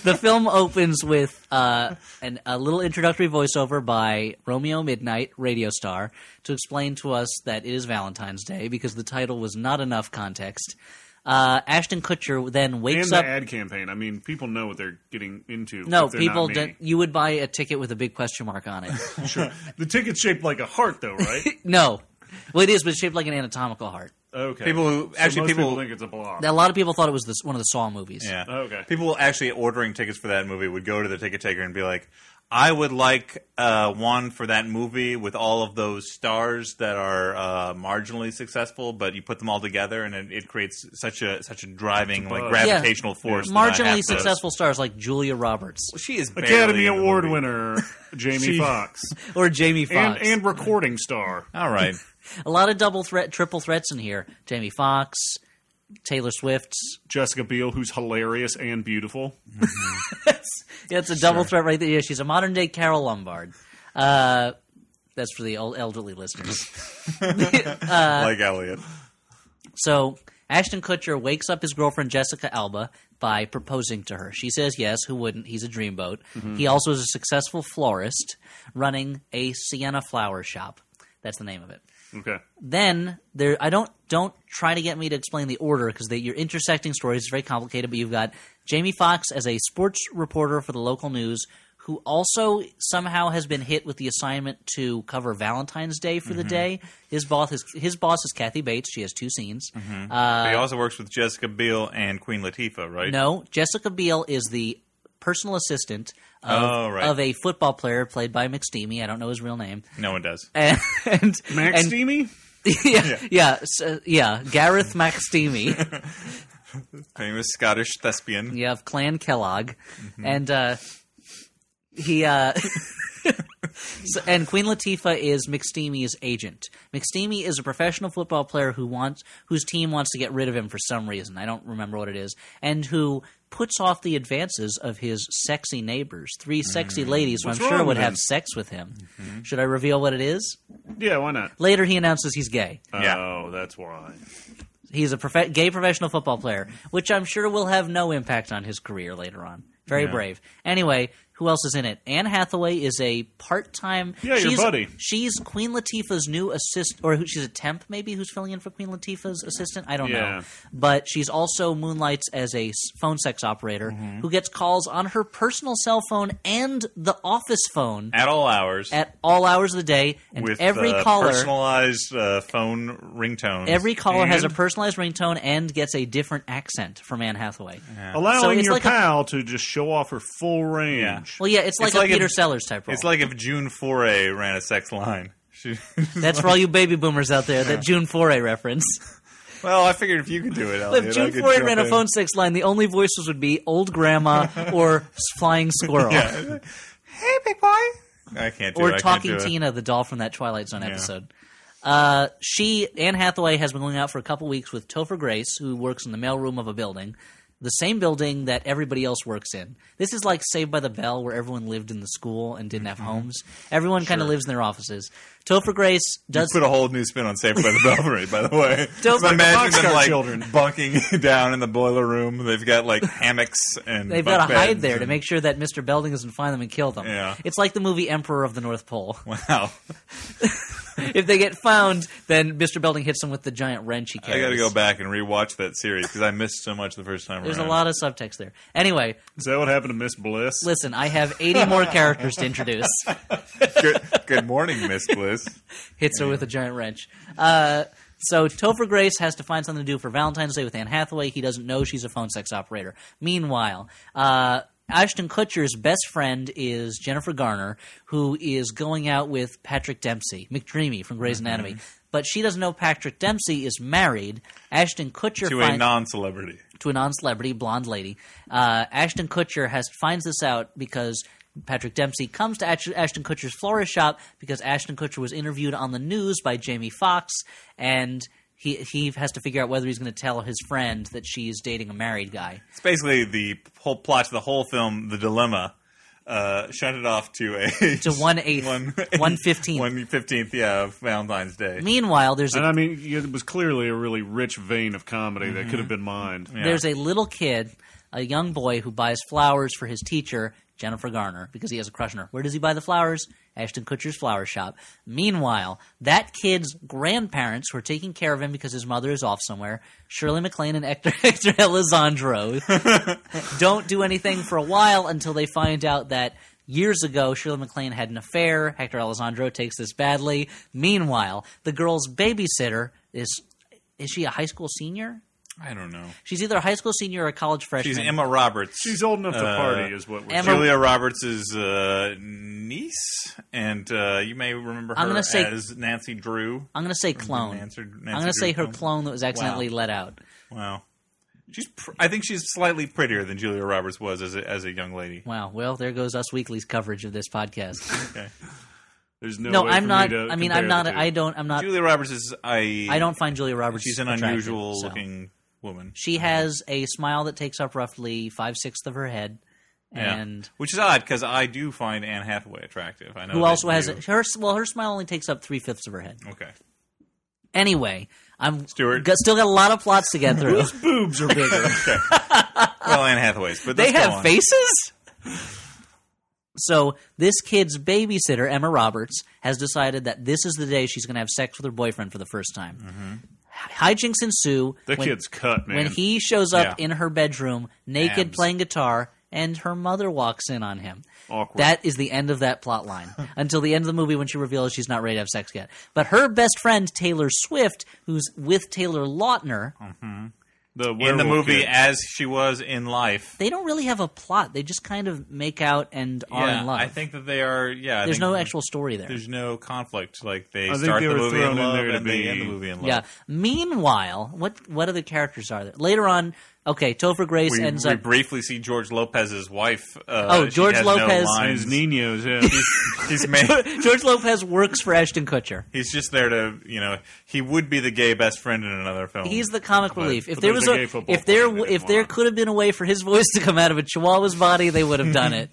[SPEAKER 4] the film opens with uh, an, a little introductory voiceover by Romeo Midnight, radio star, to explain to us that it is Valentine's Day because the title was not enough context. Uh, Ashton Kutcher then
[SPEAKER 3] And
[SPEAKER 4] wakes
[SPEAKER 3] the
[SPEAKER 4] up
[SPEAKER 3] ad campaign. I mean, people know what they're getting into.
[SPEAKER 4] No,
[SPEAKER 3] if they're not
[SPEAKER 4] people
[SPEAKER 3] me.
[SPEAKER 4] don't. You would buy a ticket with a big question mark on it.
[SPEAKER 3] <laughs> Sure. The ticket's shaped like a heart, though, right?
[SPEAKER 4] <laughs> no, well, it is, but it's shaped like an anatomical heart.
[SPEAKER 3] Okay.
[SPEAKER 2] people who
[SPEAKER 3] So
[SPEAKER 2] actually
[SPEAKER 3] most
[SPEAKER 2] people,
[SPEAKER 3] think it's a blob.
[SPEAKER 4] A lot of people thought it was this, one of the Saw movies.
[SPEAKER 2] yeah,
[SPEAKER 3] Okay.
[SPEAKER 2] people actually ordering tickets for that movie would go to the ticket taker and be like, "I would like uh, one for that movie with all of those stars that are uh, marginally successful, but you put them all together and it, it creates such a such a driving like
[SPEAKER 3] buzz.
[SPEAKER 2] gravitational force." that I have
[SPEAKER 4] Marginally
[SPEAKER 2] to-
[SPEAKER 4] successful stars like Julia Roberts
[SPEAKER 2] She is barely
[SPEAKER 3] Academy
[SPEAKER 2] in the
[SPEAKER 3] Award
[SPEAKER 2] movie.
[SPEAKER 3] winner Jamie
[SPEAKER 2] She-
[SPEAKER 3] Foxx
[SPEAKER 4] or Jamie
[SPEAKER 3] and,
[SPEAKER 4] Foxx.
[SPEAKER 3] and recording star.
[SPEAKER 2] All right,
[SPEAKER 4] a lot of double threat, triple threats in here. Jamie Foxx, Taylor Swift.
[SPEAKER 3] Jessica Biel, who's hilarious and beautiful.
[SPEAKER 4] Yeah, it's a double threat right there. Yeah, she's a modern day Carol Lombard. Uh, that's for the old elderly listeners.
[SPEAKER 2] like Elliot.
[SPEAKER 4] So Ashton Kutcher wakes up his girlfriend Jessica Alba by proposing to her. She says yes, who wouldn't? He's a dreamboat. He also is a successful florist running a Sienna flower shop. That's the name of it
[SPEAKER 3] Okay.
[SPEAKER 4] then there I don't don't try to get me to explain the order because you're intersecting stories. It's very complicated, but you've got Jamie Foxx as a sports reporter for the local news who also somehow has been hit with the assignment to cover Valentine's Day for the day. His boss is his boss is Kathy Bates. She has two scenes.
[SPEAKER 2] But he also works with Jessica Biel and Queen Latifah, right?
[SPEAKER 4] No, Jessica Biel is the personal assistant of,
[SPEAKER 2] Oh, right.
[SPEAKER 4] of a football player played by McSteamy. I don't know his real name. <laughs>
[SPEAKER 2] No one does.
[SPEAKER 4] And, and
[SPEAKER 3] Max
[SPEAKER 4] and- <laughs>
[SPEAKER 3] Steamy?
[SPEAKER 4] yeah, yeah, yeah, so- yeah, Gareth McSteamy.
[SPEAKER 2] Famous Scottish thespian.
[SPEAKER 4] You have Clan Kellogg,
[SPEAKER 3] Mm-hmm.
[SPEAKER 4] and uh, he uh, <laughs> so- and Queen Latifah is McSteamy's agent. McSteamy is a professional football player who wants whose team wants to get rid of him for some reason. I don't remember what it is, and who puts off the advances of his sexy neighbors, three sexy ladies who I'm
[SPEAKER 3] Mm-hmm. What's
[SPEAKER 4] sure
[SPEAKER 3] wrong
[SPEAKER 4] would
[SPEAKER 3] with
[SPEAKER 4] have
[SPEAKER 3] him? Mm-hmm.
[SPEAKER 4] sex with him. Should I reveal what it is?
[SPEAKER 3] Yeah, why not?
[SPEAKER 4] Later, he announces he's gay.
[SPEAKER 2] Yeah.
[SPEAKER 3] Oh, that's why.
[SPEAKER 4] He's a profe- gay professional football player, which I'm sure will have no impact on his career later on. Very brave. Anyway, who else is in it? Anne Hathaway is a part-time.
[SPEAKER 3] Yeah, your
[SPEAKER 4] she's,
[SPEAKER 3] buddy.
[SPEAKER 4] She's Queen Latifah's new assistant, or who, she's a temp maybe, who's filling in for Queen Latifah's assistant. I don't know.
[SPEAKER 3] Yeah.
[SPEAKER 4] But she's also moonlights as a s- phone sex operator
[SPEAKER 3] Mm-hmm.
[SPEAKER 4] who gets calls on her personal cell phone and the office phone
[SPEAKER 2] At all hours.
[SPEAKER 4] at all hours of the day, and
[SPEAKER 2] with
[SPEAKER 4] every
[SPEAKER 2] uh,
[SPEAKER 4] caller.
[SPEAKER 2] personalized uh, phone ringtone.
[SPEAKER 4] Every caller has a
[SPEAKER 3] And-
[SPEAKER 4] personalized ringtone and gets a different accent from Anne Hathaway. So
[SPEAKER 3] Allowing
[SPEAKER 4] it's
[SPEAKER 3] your
[SPEAKER 4] like a-
[SPEAKER 3] pal to just show off her full range.
[SPEAKER 4] Well, yeah, it's like
[SPEAKER 2] It's
[SPEAKER 4] a
[SPEAKER 2] like a-
[SPEAKER 4] Peter Sellers type role.
[SPEAKER 2] It's like if June Foray ran a sex line. <laughs> She,
[SPEAKER 4] That's for all you baby boomers out there. That June Foray reference.
[SPEAKER 2] well, I figured if you could do it, Elliot,
[SPEAKER 4] if
[SPEAKER 2] I
[SPEAKER 4] June
[SPEAKER 2] could
[SPEAKER 4] Foray
[SPEAKER 2] jump
[SPEAKER 4] ran a
[SPEAKER 2] in.
[SPEAKER 4] phone sex line, the only voices would be old grandma or flying squirrel
[SPEAKER 2] Yeah. hey, big boy. I can't do
[SPEAKER 4] or
[SPEAKER 2] it. I can't
[SPEAKER 4] talking
[SPEAKER 2] do it.
[SPEAKER 4] Tina, the doll from that Twilight Zone episode. Uh, she Anne Hathaway has been going out for a couple weeks with Topher Grace, who works in the mailroom of a building. The same building that everybody else works in. This is like Saved by the Bell, where everyone lived in the school and didn't have
[SPEAKER 2] Mm-hmm.
[SPEAKER 4] homes. Everyone kind of lives in their offices. Topher Grace does
[SPEAKER 2] put a whole new spin on Saved by the Bell Parade, by the
[SPEAKER 4] <laughs>
[SPEAKER 2] way. Just
[SPEAKER 4] like the
[SPEAKER 2] imagine them
[SPEAKER 3] Boxcar
[SPEAKER 2] like
[SPEAKER 3] Children.
[SPEAKER 2] bunking <laughs> down in the boiler room. They've got
[SPEAKER 4] <laughs>
[SPEAKER 2] like hammocks and
[SPEAKER 4] They've
[SPEAKER 2] bunk
[SPEAKER 4] got to hide
[SPEAKER 2] beds
[SPEAKER 4] there to
[SPEAKER 2] and-
[SPEAKER 4] make sure that Mr. Belding doesn't find them and kill them.
[SPEAKER 2] Yeah.
[SPEAKER 4] It's like the movie Emperor of the
[SPEAKER 2] <laughs>
[SPEAKER 4] North Pole.
[SPEAKER 2] Wow,
[SPEAKER 4] if they get found, then Mr. Belding hits them with the giant wrench he carries.
[SPEAKER 2] I got to go back and rewatch that series because I missed so much the first time.
[SPEAKER 4] There's a
[SPEAKER 2] around.
[SPEAKER 4] lot of subtext there. Anyway,
[SPEAKER 3] Is that what happened to Miss Bliss?
[SPEAKER 4] listen, I have 80 more characters
[SPEAKER 2] <laughs>
[SPEAKER 4] to introduce.
[SPEAKER 2] Good, good morning, Miss
[SPEAKER 4] <laughs>
[SPEAKER 2] Bliss.
[SPEAKER 4] Hits her with a giant wrench. Uh, so Topher Grace has to find something to do for Valentine's Day with Anne Hathaway. He doesn't know she's a phone sex operator. Meanwhile, uh, Ashton Kutcher's best friend is Jennifer Garner, who is going out with Patrick Dempsey, McDreamy from
[SPEAKER 2] Mm-hmm.
[SPEAKER 4] Grey's Anatomy. But she doesn't know Patrick Dempsey is married. Ashton Kutcher
[SPEAKER 2] To a
[SPEAKER 4] finds
[SPEAKER 2] non-celebrity.
[SPEAKER 4] to a non-celebrity blonde lady. Uh, Ashton Kutcher has finds this out because Patrick Dempsey comes to Ash- Ashton Kutcher's florist shop because Ashton Kutcher was interviewed on the news by Jamie Foxx and. He, he has to figure out whether he's going to tell his friend that she's dating a married guy.
[SPEAKER 2] It's basically the whole plot to the whole film, the dilemma. Uh, shut it off to a <laughs>
[SPEAKER 4] To one-eighth,
[SPEAKER 2] one <laughs>
[SPEAKER 4] one-fifteenth.
[SPEAKER 2] one fifteenth, yeah, of Valentine's Day.
[SPEAKER 4] Meanwhile, there's a
[SPEAKER 3] And I mean, it was clearly a really rich vein of comedy that
[SPEAKER 4] Mm-hmm.
[SPEAKER 3] could have been mined.
[SPEAKER 4] There's a little kid, a young boy who buys flowers for his teacher, Jennifer Garner, because he has a crush on her. Where does he buy the flowers? Ashton Kutcher's flower shop. Meanwhile, that kid's grandparents who are taking care of him because his mother is off somewhere, Shirley MacLaine and Hector, <laughs> Hector Alessandro, don't do anything for a while until they find out that years ago Shirley MacLaine had an affair. Hector Alessandro takes this badly. Meanwhile, the girl's babysitter is. Is she a high school senior?
[SPEAKER 2] I don't know.
[SPEAKER 4] She's either a high school senior or a college freshman.
[SPEAKER 2] She's Emma Roberts.
[SPEAKER 3] She's old enough to
[SPEAKER 2] Uh,
[SPEAKER 3] party, is what we're
[SPEAKER 4] Emma-
[SPEAKER 3] saying.
[SPEAKER 2] Julia Roberts' is, uh, niece, and uh, you may remember her
[SPEAKER 4] I'm gonna say-
[SPEAKER 2] as Nancy Drew.
[SPEAKER 4] I'm going to say clone.
[SPEAKER 2] Nancy- Nancy
[SPEAKER 4] I'm going to say
[SPEAKER 2] Drew
[SPEAKER 4] her clone that was accidentally
[SPEAKER 2] Wow.
[SPEAKER 4] let out.
[SPEAKER 2] Wow, she's. Pr- I think she's slightly prettier than Julia Roberts was as a, as a young lady.
[SPEAKER 4] Wow. Well, there goes Us Weekly's coverage of this podcast.
[SPEAKER 3] There's no,
[SPEAKER 4] no,
[SPEAKER 3] way
[SPEAKER 4] I'm
[SPEAKER 3] for
[SPEAKER 4] not.
[SPEAKER 3] Me to
[SPEAKER 4] I mean,
[SPEAKER 3] compare
[SPEAKER 4] I'm not.
[SPEAKER 3] the two.
[SPEAKER 4] I don't. I'm not.
[SPEAKER 2] Julia Roberts is. I.
[SPEAKER 4] I don't find Julia Roberts.
[SPEAKER 2] She's an
[SPEAKER 4] attractive,
[SPEAKER 2] unusual
[SPEAKER 4] so.
[SPEAKER 2] looking woman.
[SPEAKER 4] She has a smile that takes up roughly five sixths of her head,
[SPEAKER 2] Yeah.
[SPEAKER 4] and
[SPEAKER 2] which is odd because I do find Anne Hathaway attractive. I know
[SPEAKER 4] who
[SPEAKER 2] that
[SPEAKER 4] also has
[SPEAKER 2] you-
[SPEAKER 4] a, her. Well, her smile only takes up three fifths of her head.
[SPEAKER 2] Okay,
[SPEAKER 4] Anyway, I'm
[SPEAKER 2] Stuart?
[SPEAKER 4] got, still got a lot of plots to
[SPEAKER 2] <laughs>
[SPEAKER 4] get through.
[SPEAKER 3] Boobs are bigger.
[SPEAKER 2] well, Anne Hathaway's, but
[SPEAKER 4] <laughs> they
[SPEAKER 2] let's go
[SPEAKER 4] have
[SPEAKER 2] on.
[SPEAKER 4] faces. <laughs> So this kid's babysitter, Emma Roberts, has decided that this is the day she's going to have sex with her boyfriend for the first time.
[SPEAKER 2] Mm-hmm.
[SPEAKER 4] Hijinks ensue.
[SPEAKER 3] The
[SPEAKER 4] when-
[SPEAKER 3] kid's cut, man.
[SPEAKER 4] when he shows up
[SPEAKER 2] Yeah.
[SPEAKER 4] in her bedroom naked
[SPEAKER 2] Abs.
[SPEAKER 4] playing guitar and her mother walks in on him
[SPEAKER 3] Awkward.
[SPEAKER 4] that is the end of that plot line
[SPEAKER 2] <laughs>
[SPEAKER 4] until the end of the movie when she reveals she's not ready to have sex yet but her best friend taylor swift who's with taylor lautner
[SPEAKER 2] Mm.
[SPEAKER 3] the
[SPEAKER 2] in the
[SPEAKER 3] werewolf
[SPEAKER 2] movie
[SPEAKER 3] kid.
[SPEAKER 2] as she was in life.
[SPEAKER 4] they don't really have a plot they just kind of make out and are
[SPEAKER 2] yeah,
[SPEAKER 4] in love
[SPEAKER 2] I think that they are. Yeah, I
[SPEAKER 4] there's
[SPEAKER 2] think
[SPEAKER 4] no actual story there
[SPEAKER 2] There's no conflict. Like they
[SPEAKER 3] I think
[SPEAKER 2] start
[SPEAKER 3] they
[SPEAKER 2] the
[SPEAKER 3] were
[SPEAKER 2] movie in
[SPEAKER 3] thrown in
[SPEAKER 2] love
[SPEAKER 3] there to
[SPEAKER 2] and they
[SPEAKER 3] be-
[SPEAKER 2] end the movie in love.
[SPEAKER 4] yeah meanwhile what what other characters are there later on okay topher grace
[SPEAKER 2] We,
[SPEAKER 4] ends
[SPEAKER 2] we
[SPEAKER 4] up
[SPEAKER 2] briefly see George Lopez's wife. Uh,
[SPEAKER 4] Oh,
[SPEAKER 2] she
[SPEAKER 4] George
[SPEAKER 2] has no
[SPEAKER 4] Lopez.
[SPEAKER 2] lines.
[SPEAKER 3] His ninos, yeah.
[SPEAKER 2] <laughs> He's made.
[SPEAKER 4] <laughs> george lopez works for ashton kutcher
[SPEAKER 2] He's just there to, you know, he would be the gay best friend in another film.
[SPEAKER 4] He's the comic relief. If
[SPEAKER 3] but
[SPEAKER 4] there
[SPEAKER 3] there's
[SPEAKER 4] was
[SPEAKER 3] a
[SPEAKER 4] a,
[SPEAKER 3] gay football
[SPEAKER 4] if there
[SPEAKER 3] player they
[SPEAKER 4] w-
[SPEAKER 3] didn't
[SPEAKER 4] if there
[SPEAKER 3] want.
[SPEAKER 4] could have been a way for his <laughs> voice to come out of a chihuahua's body, they would have done
[SPEAKER 3] <laughs>
[SPEAKER 4] it.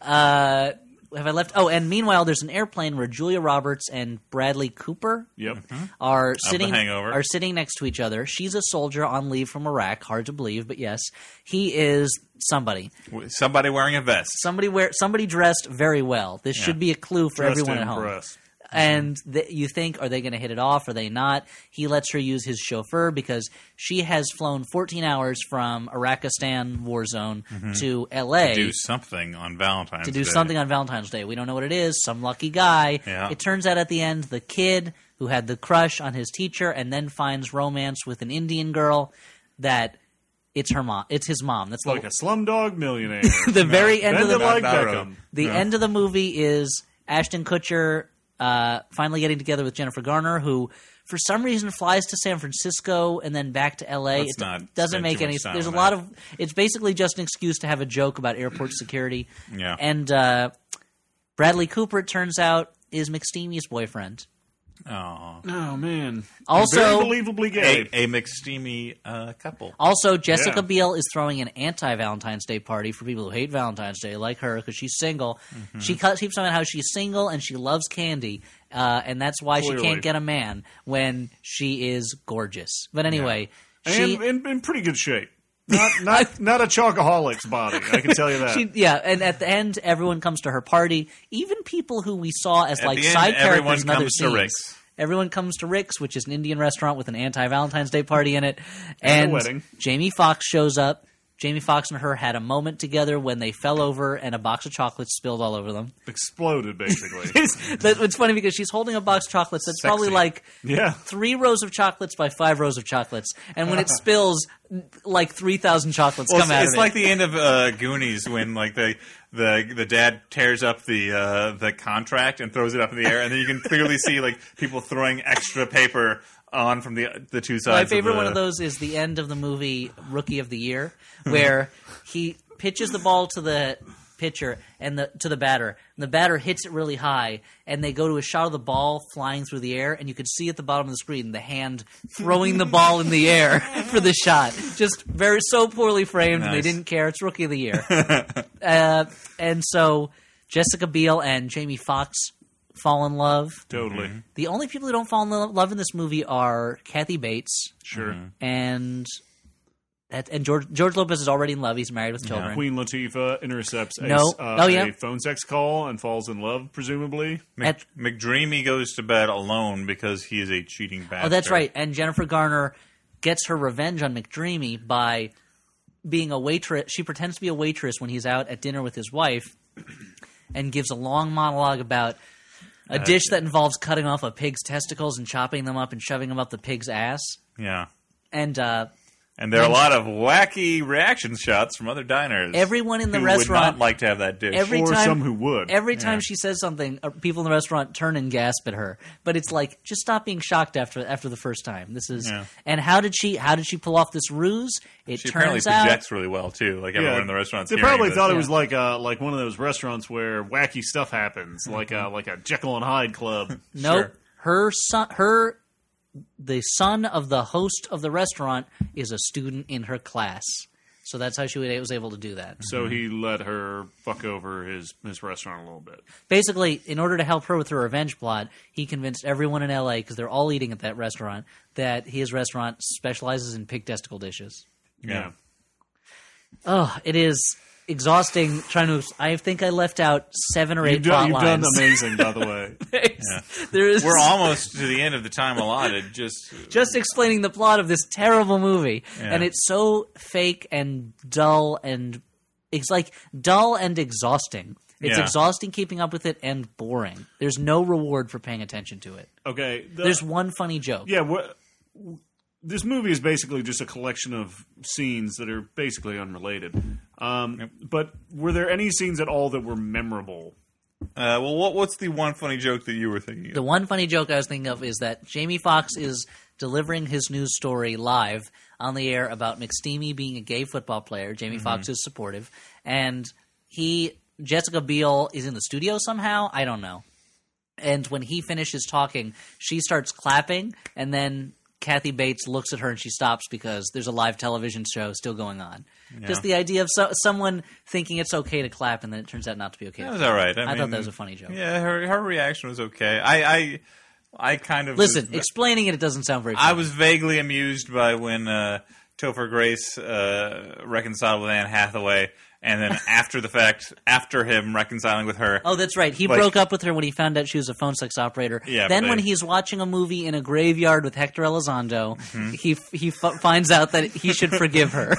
[SPEAKER 4] uh, have I left? Oh, and meanwhile, there's an airplane where Julia Roberts and Bradley Cooper
[SPEAKER 3] yep.
[SPEAKER 2] Mm-hmm.
[SPEAKER 4] are sitting
[SPEAKER 2] Hangover.
[SPEAKER 4] are sitting next to each other. She's a soldier on leave from Iraq. Hard to believe, but yes, he is somebody.
[SPEAKER 2] somebody wearing a vest.
[SPEAKER 4] Somebody wear somebody dressed very well. This should be a clue for
[SPEAKER 3] Dressed
[SPEAKER 4] everyone
[SPEAKER 3] in
[SPEAKER 4] at home
[SPEAKER 3] breast.
[SPEAKER 4] and th- you think are they going to hit it off are they not he lets her use his chauffeur because she has flown 14 hours from Irakistan war zone to LA
[SPEAKER 2] Do something on Valentine's
[SPEAKER 4] to do
[SPEAKER 2] Day.
[SPEAKER 4] something on Valentine's Day we don't know what it is some lucky guy
[SPEAKER 2] Yeah.
[SPEAKER 4] it turns out at the end the kid who had the crush on his teacher and then finds romance with an Indian girl that it's her mom it's his mom that's the-
[SPEAKER 3] Like a slumdog millionaire.
[SPEAKER 4] <laughs> the very end of
[SPEAKER 3] Bend
[SPEAKER 4] the
[SPEAKER 3] it like
[SPEAKER 2] Not that road.
[SPEAKER 3] Beckham.
[SPEAKER 4] the end of the movie is Ashton Kutcher uh, finally getting together with Jennifer Garner, who for some reason flies to San Francisco and then back to L.A.
[SPEAKER 2] Let's
[SPEAKER 4] it do-
[SPEAKER 2] not
[SPEAKER 4] doesn't
[SPEAKER 2] spend
[SPEAKER 4] make
[SPEAKER 2] too
[SPEAKER 4] any.
[SPEAKER 2] much time
[SPEAKER 4] There's a
[SPEAKER 2] on
[SPEAKER 4] lot
[SPEAKER 2] that.
[SPEAKER 4] of. It's basically just an excuse to have a joke
[SPEAKER 2] <clears throat>
[SPEAKER 4] about airport security.
[SPEAKER 2] Yeah.
[SPEAKER 4] And uh, Bradley Cooper, it turns out, is McSteamy's boyfriend.
[SPEAKER 2] Aw.
[SPEAKER 3] Oh, man.
[SPEAKER 4] Also-
[SPEAKER 3] Very believably
[SPEAKER 2] A,
[SPEAKER 3] gay.
[SPEAKER 2] a McSteamy uh, couple.
[SPEAKER 4] Also, Jessica
[SPEAKER 3] Yeah.
[SPEAKER 4] Biel is throwing an anti-Valentine's Day party for people who hate Valentine's Day, like her, because she's single.
[SPEAKER 3] Mm-hmm.
[SPEAKER 4] She cu- keeps on how she's single and she loves candy, uh, and that's why she
[SPEAKER 3] Clearly.
[SPEAKER 4] can't get a man when she is gorgeous. But anyway, she.
[SPEAKER 3] and in, in pretty good shape.
[SPEAKER 4] <laughs>
[SPEAKER 3] Not not not a chocoholic's body. I can tell you that.
[SPEAKER 4] she, yeah, and at the end, everyone comes to her party. Even people who we saw as
[SPEAKER 2] At
[SPEAKER 4] like
[SPEAKER 2] the end,
[SPEAKER 4] side
[SPEAKER 2] everyone
[SPEAKER 4] characters in other
[SPEAKER 2] comes to
[SPEAKER 4] scenes.
[SPEAKER 2] Rick's.
[SPEAKER 4] Everyone comes to Rick's, which is an Indian restaurant with an anti-Valentine's Day party in it, and,
[SPEAKER 3] wedding.
[SPEAKER 4] Jamie Fox shows up. Jamie Fox and her had a moment together when they fell over and a box of chocolates spilled all
[SPEAKER 2] <laughs>
[SPEAKER 4] over them. <laughs>
[SPEAKER 3] Exploded basically.
[SPEAKER 4] It's, that- it's funny because she's holding a box of chocolates that's probably
[SPEAKER 2] Sexy.
[SPEAKER 4] like
[SPEAKER 3] yeah.
[SPEAKER 4] three rows of chocolates by five rows of chocolates, and
[SPEAKER 2] <laughs>
[SPEAKER 4] when it spills, like three thousand chocolates
[SPEAKER 2] Well,
[SPEAKER 4] come
[SPEAKER 2] it's
[SPEAKER 4] out
[SPEAKER 2] it's
[SPEAKER 4] of
[SPEAKER 2] like
[SPEAKER 4] it.
[SPEAKER 2] the end of uh, Goonies when like the the the dad tears up the uh, the contract and throws it up in the air, and then you can clearly see like people throwing extra paper on from the the two
[SPEAKER 4] My
[SPEAKER 2] sides.
[SPEAKER 4] favorite
[SPEAKER 2] of the,
[SPEAKER 4] one of those is the end of the movie Rookie of the Year,
[SPEAKER 2] <laughs>
[SPEAKER 4] where he pitches the ball to the pitcher and the to the batter. And the batter hits it really high, and they go to a shot of the ball flying through the air, and you can see at the bottom of the screen the hand throwing the ball in the air <laughs> for the shot. Just very so poorly framed, and they
[SPEAKER 2] Nice.
[SPEAKER 4] didn't care. It's Rookie of
[SPEAKER 2] <laughs>
[SPEAKER 4] the Year, uh, and so Jessica Biel and Jamie Foxx fall in love.
[SPEAKER 3] Totally.
[SPEAKER 2] Mm-hmm.
[SPEAKER 4] The only people who don't fall in lo- love in this movie are Kathy Bates
[SPEAKER 3] Sure.
[SPEAKER 4] and that and George George Lopez is already in love. He's married with children.
[SPEAKER 3] Queen Latifah intercepts a,
[SPEAKER 4] No.
[SPEAKER 3] s- uh,
[SPEAKER 4] Oh, yeah.
[SPEAKER 3] a phone sex call and falls in love, presumably.
[SPEAKER 4] oh,
[SPEAKER 2] Mc, McDreamy goes to bed alone because he is a cheating bastard.
[SPEAKER 4] Oh, that's right. And Jennifer Garner gets her revenge on McDreamy by being a waitress. She pretends to be a waitress when he's out at dinner with his wife, and gives a long monologue about a dish that involves cutting off a pig's testicles and chopping them up and shoving them up the pig's ass.
[SPEAKER 2] Yeah.
[SPEAKER 4] And uh,
[SPEAKER 2] And there are a lot of wacky reaction shots from other diners.
[SPEAKER 4] everyone in the
[SPEAKER 2] who would not
[SPEAKER 4] restaurant
[SPEAKER 2] like to have that dish.
[SPEAKER 4] every
[SPEAKER 3] or
[SPEAKER 4] time
[SPEAKER 3] some who would.
[SPEAKER 4] Every time she says something, uh, people in the restaurant turn and gasp at her. But it's like just stop being shocked after after the first time. This is
[SPEAKER 2] Yeah.
[SPEAKER 4] and how did she how did she pull off this ruse? It
[SPEAKER 2] she apparently
[SPEAKER 4] turns out
[SPEAKER 2] projects really well too. Like everyone in the restaurant.
[SPEAKER 3] They probably thought
[SPEAKER 4] Yeah.
[SPEAKER 3] it was like a, like one of those restaurants where wacky stuff happens, like a like a Jekyll and Hyde club.
[SPEAKER 4] Mm-hmm. <laughs> nope.
[SPEAKER 2] Sure.
[SPEAKER 4] Her son, her the son of the host of the restaurant is a student in her class. So that's how she wa- was able to do that.
[SPEAKER 2] Mm.
[SPEAKER 3] So he
[SPEAKER 2] Mm-hmm.
[SPEAKER 3] let her fuck over his his restaurant a little bit.
[SPEAKER 4] Basically, in order to help her with her revenge plot, he convinced everyone in LA because they're all eating at that restaurant that his restaurant specializes in pig testicle dishes.
[SPEAKER 3] Yeah.
[SPEAKER 4] Oh, it is exhausting trying to. I think I left out seven or eight
[SPEAKER 3] You've,
[SPEAKER 4] plot
[SPEAKER 3] done, you've done
[SPEAKER 4] lines. <laughs>
[SPEAKER 3] amazing, by the way.
[SPEAKER 4] There is-
[SPEAKER 2] We're almost to the end of the time allotted. Just
[SPEAKER 4] just explaining the plot of this terrible movie
[SPEAKER 2] Yeah.
[SPEAKER 4] and it's so fake and dull and it's like dull and exhausting it's
[SPEAKER 2] Yeah.
[SPEAKER 4] exhausting keeping up with it and boring there's no reward for paying attention to it
[SPEAKER 3] Okay. the-
[SPEAKER 4] there's one funny joke
[SPEAKER 3] yeah. wha- this movie is basically just a collection of scenes that are basically unrelated. Um, But were there any scenes at all that were memorable?
[SPEAKER 2] uh, well, what what's the one funny joke that you were thinking? Of?
[SPEAKER 4] the one funny joke i was thinking of is that jamie Foxx is delivering his news story live on the air about mcsteamy being a gay football player jamie
[SPEAKER 2] Mm-hmm.
[SPEAKER 4] Foxx is supportive and he jessica biel is in the studio somehow i don't know And when he finishes talking, she starts clapping, and then Kathy Bates looks at her and she stops because there's a live television show still going on. Just the idea of so- someone thinking it's okay to clap, and then it turns out not to be okay.
[SPEAKER 2] That was all right. I,
[SPEAKER 4] I thought
[SPEAKER 2] mean,
[SPEAKER 4] that was a funny joke.
[SPEAKER 2] Yeah, her her reaction was okay. I I, I kind of
[SPEAKER 4] Listen,
[SPEAKER 2] was,
[SPEAKER 4] explaining it, it doesn't sound very. Funny.
[SPEAKER 2] I was vaguely amused by when uh, Topher Grace uh, reconciled with Anne Hathaway, and
[SPEAKER 4] <laughs>
[SPEAKER 2] then after the fact, after him reconciling with her,
[SPEAKER 4] Oh, that's right. He
[SPEAKER 2] Like-
[SPEAKER 4] broke up with her when he found out she was a phone sex operator.
[SPEAKER 2] Yeah,
[SPEAKER 4] then
[SPEAKER 2] but
[SPEAKER 4] when
[SPEAKER 2] they-
[SPEAKER 4] he's watching a movie in a graveyard with Hector Elizondo,
[SPEAKER 2] Mm-hmm.
[SPEAKER 4] he f- he f- finds out that he should forgive
[SPEAKER 2] <laughs>
[SPEAKER 4] her.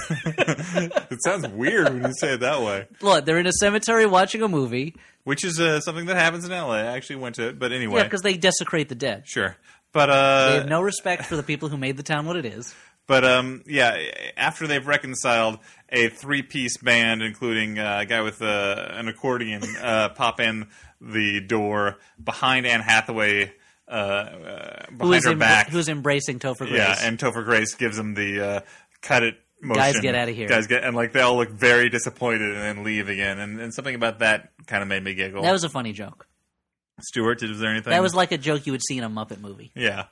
[SPEAKER 2] it sounds weird when you say it that way.
[SPEAKER 4] Look, they're in a cemetery watching a movie.
[SPEAKER 2] Which is uh, something that happens in LA. I actually went to it, but anyway,
[SPEAKER 4] Yeah, because they desecrate the dead.
[SPEAKER 2] sure. But
[SPEAKER 4] They
[SPEAKER 2] uh,
[SPEAKER 4] have no respect for the people who made the town what it is.
[SPEAKER 2] But um, yeah, after they've reconciled, a three-piece band, including uh, a guy with uh, an
[SPEAKER 4] <laughs>
[SPEAKER 2] accordion, uh, pop in the door behind Anne Hathaway, uh, uh, behind
[SPEAKER 4] Who is
[SPEAKER 2] her
[SPEAKER 4] embra-
[SPEAKER 2] back.
[SPEAKER 4] who's embracing Topher Grace?
[SPEAKER 2] yeah, and Topher Grace gives him the uh, cut it. Motion.
[SPEAKER 4] Guys, get outta here.
[SPEAKER 2] Guys, get and like they all look very disappointed and then leave again. And, and something about that kind of made me giggle.
[SPEAKER 4] that was a funny joke.
[SPEAKER 2] Stuart. Did, was there anything?
[SPEAKER 4] That was like a joke you would see in a Muppet movie.
[SPEAKER 2] yeah.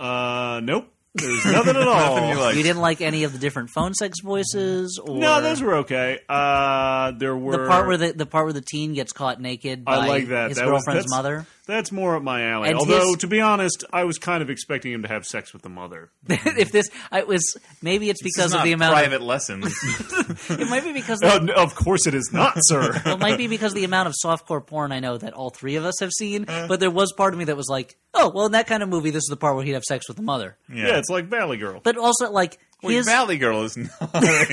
[SPEAKER 3] Uh, nope. There's
[SPEAKER 2] <laughs>
[SPEAKER 3] nothing at all.
[SPEAKER 2] Nothing you like.
[SPEAKER 4] You didn't like any of the different phone sex voices, or
[SPEAKER 3] No, those were okay. Uh, there were
[SPEAKER 4] the part where the the part where the teen gets caught naked by
[SPEAKER 3] I like that.
[SPEAKER 4] his
[SPEAKER 3] That was-
[SPEAKER 4] girlfriend's
[SPEAKER 3] that's-
[SPEAKER 4] mother.
[SPEAKER 3] That's more up my alley.
[SPEAKER 4] And
[SPEAKER 3] Although,
[SPEAKER 4] his-
[SPEAKER 3] to be honest, I was kind of expecting him to have sex with
[SPEAKER 4] <laughs>
[SPEAKER 3] the mother.
[SPEAKER 4] if this, I was maybe it's
[SPEAKER 2] This is
[SPEAKER 4] because of
[SPEAKER 2] not
[SPEAKER 4] the amount.
[SPEAKER 2] private
[SPEAKER 4] <laughs>
[SPEAKER 2] lessons.
[SPEAKER 4] Of, it might be
[SPEAKER 2] <laughs>
[SPEAKER 4] because of,
[SPEAKER 3] Uh, n- of course, it is not, sir.
[SPEAKER 2] Oh,
[SPEAKER 4] it might be because of the amount of softcore porn I know that all three of us have seen.
[SPEAKER 2] Uh-huh.
[SPEAKER 4] But there was part of me that was like, oh, well, in that kind of movie, this is the part where he'd have sex with the mother.
[SPEAKER 3] <laughs> yeah. it's like Valley Girl.
[SPEAKER 4] But also, like
[SPEAKER 2] Well,
[SPEAKER 4] his
[SPEAKER 2] Valley Girl is not.
[SPEAKER 4] <laughs>
[SPEAKER 2] <laughs>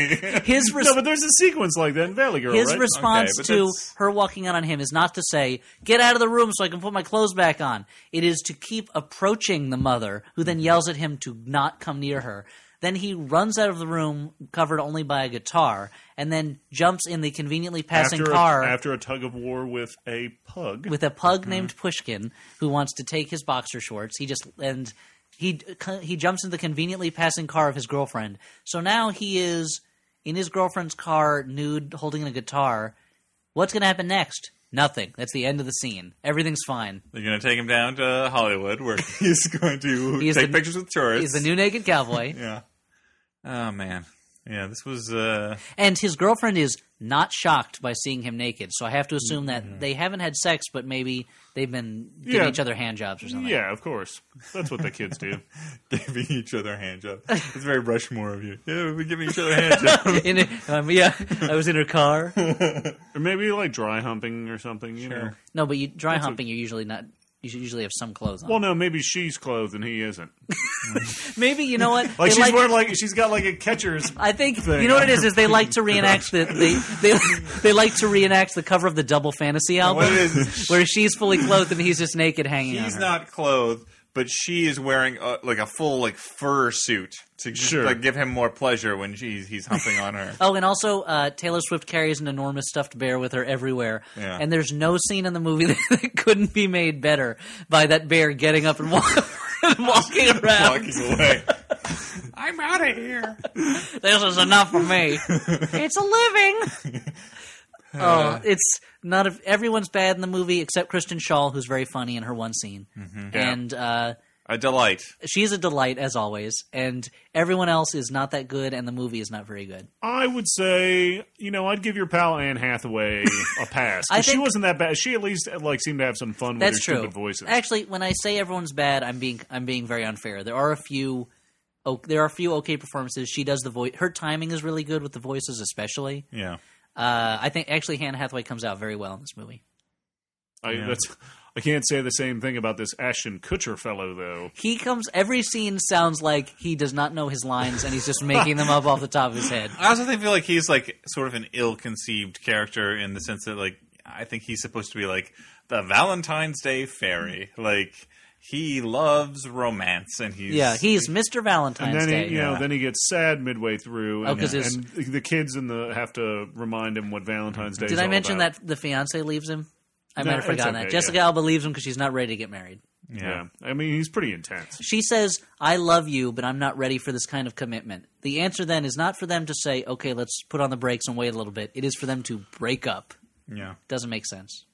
[SPEAKER 4] his res-
[SPEAKER 3] no, but there's a sequence like that in Valley Girl,
[SPEAKER 4] His
[SPEAKER 3] right?
[SPEAKER 4] response
[SPEAKER 2] but
[SPEAKER 4] to
[SPEAKER 2] that's-
[SPEAKER 4] her walking out on him is not to say, "Get out of the room so I can put my clothes back on." It is to keep approaching the mother, who then yells at him to not come near her. Then he runs out of the room, covered only by a guitar, and then jumps in the conveniently passing
[SPEAKER 3] after,
[SPEAKER 4] car
[SPEAKER 3] a, after a tug of war with a pug.
[SPEAKER 4] with a pug
[SPEAKER 3] Mm-hmm.
[SPEAKER 4] named Pushkin who wants to take his boxer shorts. He just and he he jumps into the conveniently passing car of his girlfriend. So now he is in his girlfriend's car, nude, holding a guitar. What's going to happen next? Nothing. That's the end of the scene. Everything's fine.
[SPEAKER 2] They're going to take him down to Hollywood, where <laughs> he's going to
[SPEAKER 4] He's
[SPEAKER 2] take
[SPEAKER 4] the-
[SPEAKER 2] pictures with tourists.
[SPEAKER 4] He's the new naked
[SPEAKER 3] <laughs>
[SPEAKER 4] cowboy,
[SPEAKER 2] yeah. Oh man. Yeah, this was. Uh,
[SPEAKER 4] and his girlfriend is not shocked by seeing him naked. So I have to assume that they haven't had sex, but maybe they've been giving
[SPEAKER 3] Mm-hmm. Yeah.
[SPEAKER 4] each other hand jobs or something.
[SPEAKER 3] yeah, of course. That's what the kids do.
[SPEAKER 2] <laughs> giving each other a hand job. It's very Rushmore of you. Yeah, we're giving each other a
[SPEAKER 4] <laughs>
[SPEAKER 2] hand job.
[SPEAKER 4] <laughs> In- um,
[SPEAKER 3] <laughs>
[SPEAKER 4] yeah, I was in her car.
[SPEAKER 3] or maybe like dry humping or something, you know.
[SPEAKER 2] Sure.
[SPEAKER 4] No, but you dry humping, you're usually not. You should usually have some clothes on.
[SPEAKER 3] Well, no, maybe she's clothed and he isn't.
[SPEAKER 4] maybe you know what?
[SPEAKER 3] Like
[SPEAKER 4] They
[SPEAKER 3] she's wearing like she's got like a catcher's.
[SPEAKER 4] I think you know what it is. Is they like to reenact the they, they they like to reenact the cover of the Double Fantasy album,
[SPEAKER 2] What it
[SPEAKER 4] <laughs>
[SPEAKER 2] is?
[SPEAKER 4] where she's fully clothed and he's just naked hanging. on
[SPEAKER 2] He's
[SPEAKER 4] her.
[SPEAKER 2] not clothed, but she is wearing uh like a full like fur suit to just,
[SPEAKER 3] Sure.
[SPEAKER 2] like give him more pleasure when she's he's humping on her.
[SPEAKER 4] Oh, and also uh, Taylor Swift carries an enormous stuffed bear with her everywhere,
[SPEAKER 2] Yeah.
[SPEAKER 4] and there's no scene in the movie <laughs> that, couldn't be made better by that bear getting up and, walk, <laughs> and walking <laughs> around.
[SPEAKER 2] Walking away. I'm out of here.
[SPEAKER 4] This is enough for me. it's a living. Oh, it's not. A, everyone's bad in the movie except Kristen Shaw, who's very funny in her one scene, and uh,
[SPEAKER 2] A delight.
[SPEAKER 4] She's a delight as always, and everyone else is not that good, and the movie is not very good.
[SPEAKER 3] I would say, you know, I'd give your pal Anne Hathaway a pass.
[SPEAKER 4] <laughs>
[SPEAKER 3] 'cause
[SPEAKER 4] I
[SPEAKER 3] she
[SPEAKER 4] think-
[SPEAKER 3] wasn't that bad. She at least like seemed to have some fun
[SPEAKER 4] That's
[SPEAKER 3] with her
[SPEAKER 4] true.
[SPEAKER 3] stupid voices.
[SPEAKER 4] Actually, when I say everyone's bad, I'm being I'm being very unfair. There are a few, oh, there are a few okay performances. She does the voice. Her timing is really good with the voices, especially.
[SPEAKER 2] Yeah.
[SPEAKER 4] Uh, I think actually Hannah Hathaway comes out very well in this movie.
[SPEAKER 3] I,
[SPEAKER 2] Yeah.
[SPEAKER 3] that's, I can't say the same thing about this Ashton Kutcher fellow, though.
[SPEAKER 4] He comes. Every scene sounds like he does not know his lines, and he's just making them up off the top of his
[SPEAKER 3] <laughs>
[SPEAKER 4] head.
[SPEAKER 2] I also think feel like he's like sort of an ill-conceived character in the sense that like I think he's supposed to be like the Valentine's Day fairy. Like he loves romance and he's
[SPEAKER 4] yeah, he's Mr.
[SPEAKER 3] And
[SPEAKER 4] Valentine's
[SPEAKER 3] then
[SPEAKER 4] Day.
[SPEAKER 3] he, you know, then he gets sad midway through,
[SPEAKER 4] Oh,
[SPEAKER 3] and,
[SPEAKER 4] 'cause his-
[SPEAKER 3] and the kids in the have to remind him what Valentine's Day.
[SPEAKER 4] Did I mention that the fiance leaves him? I
[SPEAKER 3] No,
[SPEAKER 4] might have
[SPEAKER 3] it's
[SPEAKER 4] forgotten
[SPEAKER 3] okay,
[SPEAKER 4] that.
[SPEAKER 3] yeah.
[SPEAKER 4] Jessica Alba leaves him because she's not ready to get married.
[SPEAKER 3] Yeah. I mean he's pretty intense.
[SPEAKER 4] She says, I love you, but I'm not ready for this kind of commitment. The answer then is not for them to say, okay, let's put on the brakes and wait a little bit. It is for them to break up.
[SPEAKER 2] yeah.
[SPEAKER 4] Doesn't make sense.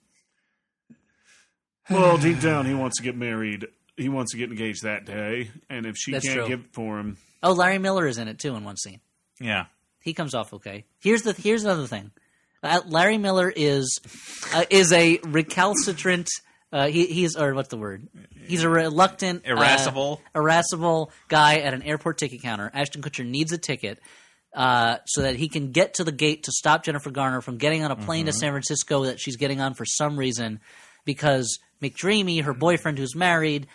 [SPEAKER 3] Well, deep down, he wants to get married. He wants to get engaged that day, and if she
[SPEAKER 4] That's
[SPEAKER 3] can't
[SPEAKER 4] true.
[SPEAKER 3] give it for him,
[SPEAKER 4] Oh, Larry Miller is in it too in one scene.
[SPEAKER 2] Yeah.
[SPEAKER 4] He comes off okay. Here's the here's another thing. Uh, Larry Miller is uh, is a recalcitrant. Uh, he he's or what's the word? He's a reluctant, uh,
[SPEAKER 2] Irascible.
[SPEAKER 4] irascible guy at an airport ticket counter. Ashton Kutcher needs a ticket uh, so that he can get to the gate to stop Jennifer Garner from getting on a plane
[SPEAKER 2] Mm-hmm.
[SPEAKER 4] to San Francisco that she's getting on for some reason because McDreamy, her boyfriend who's married,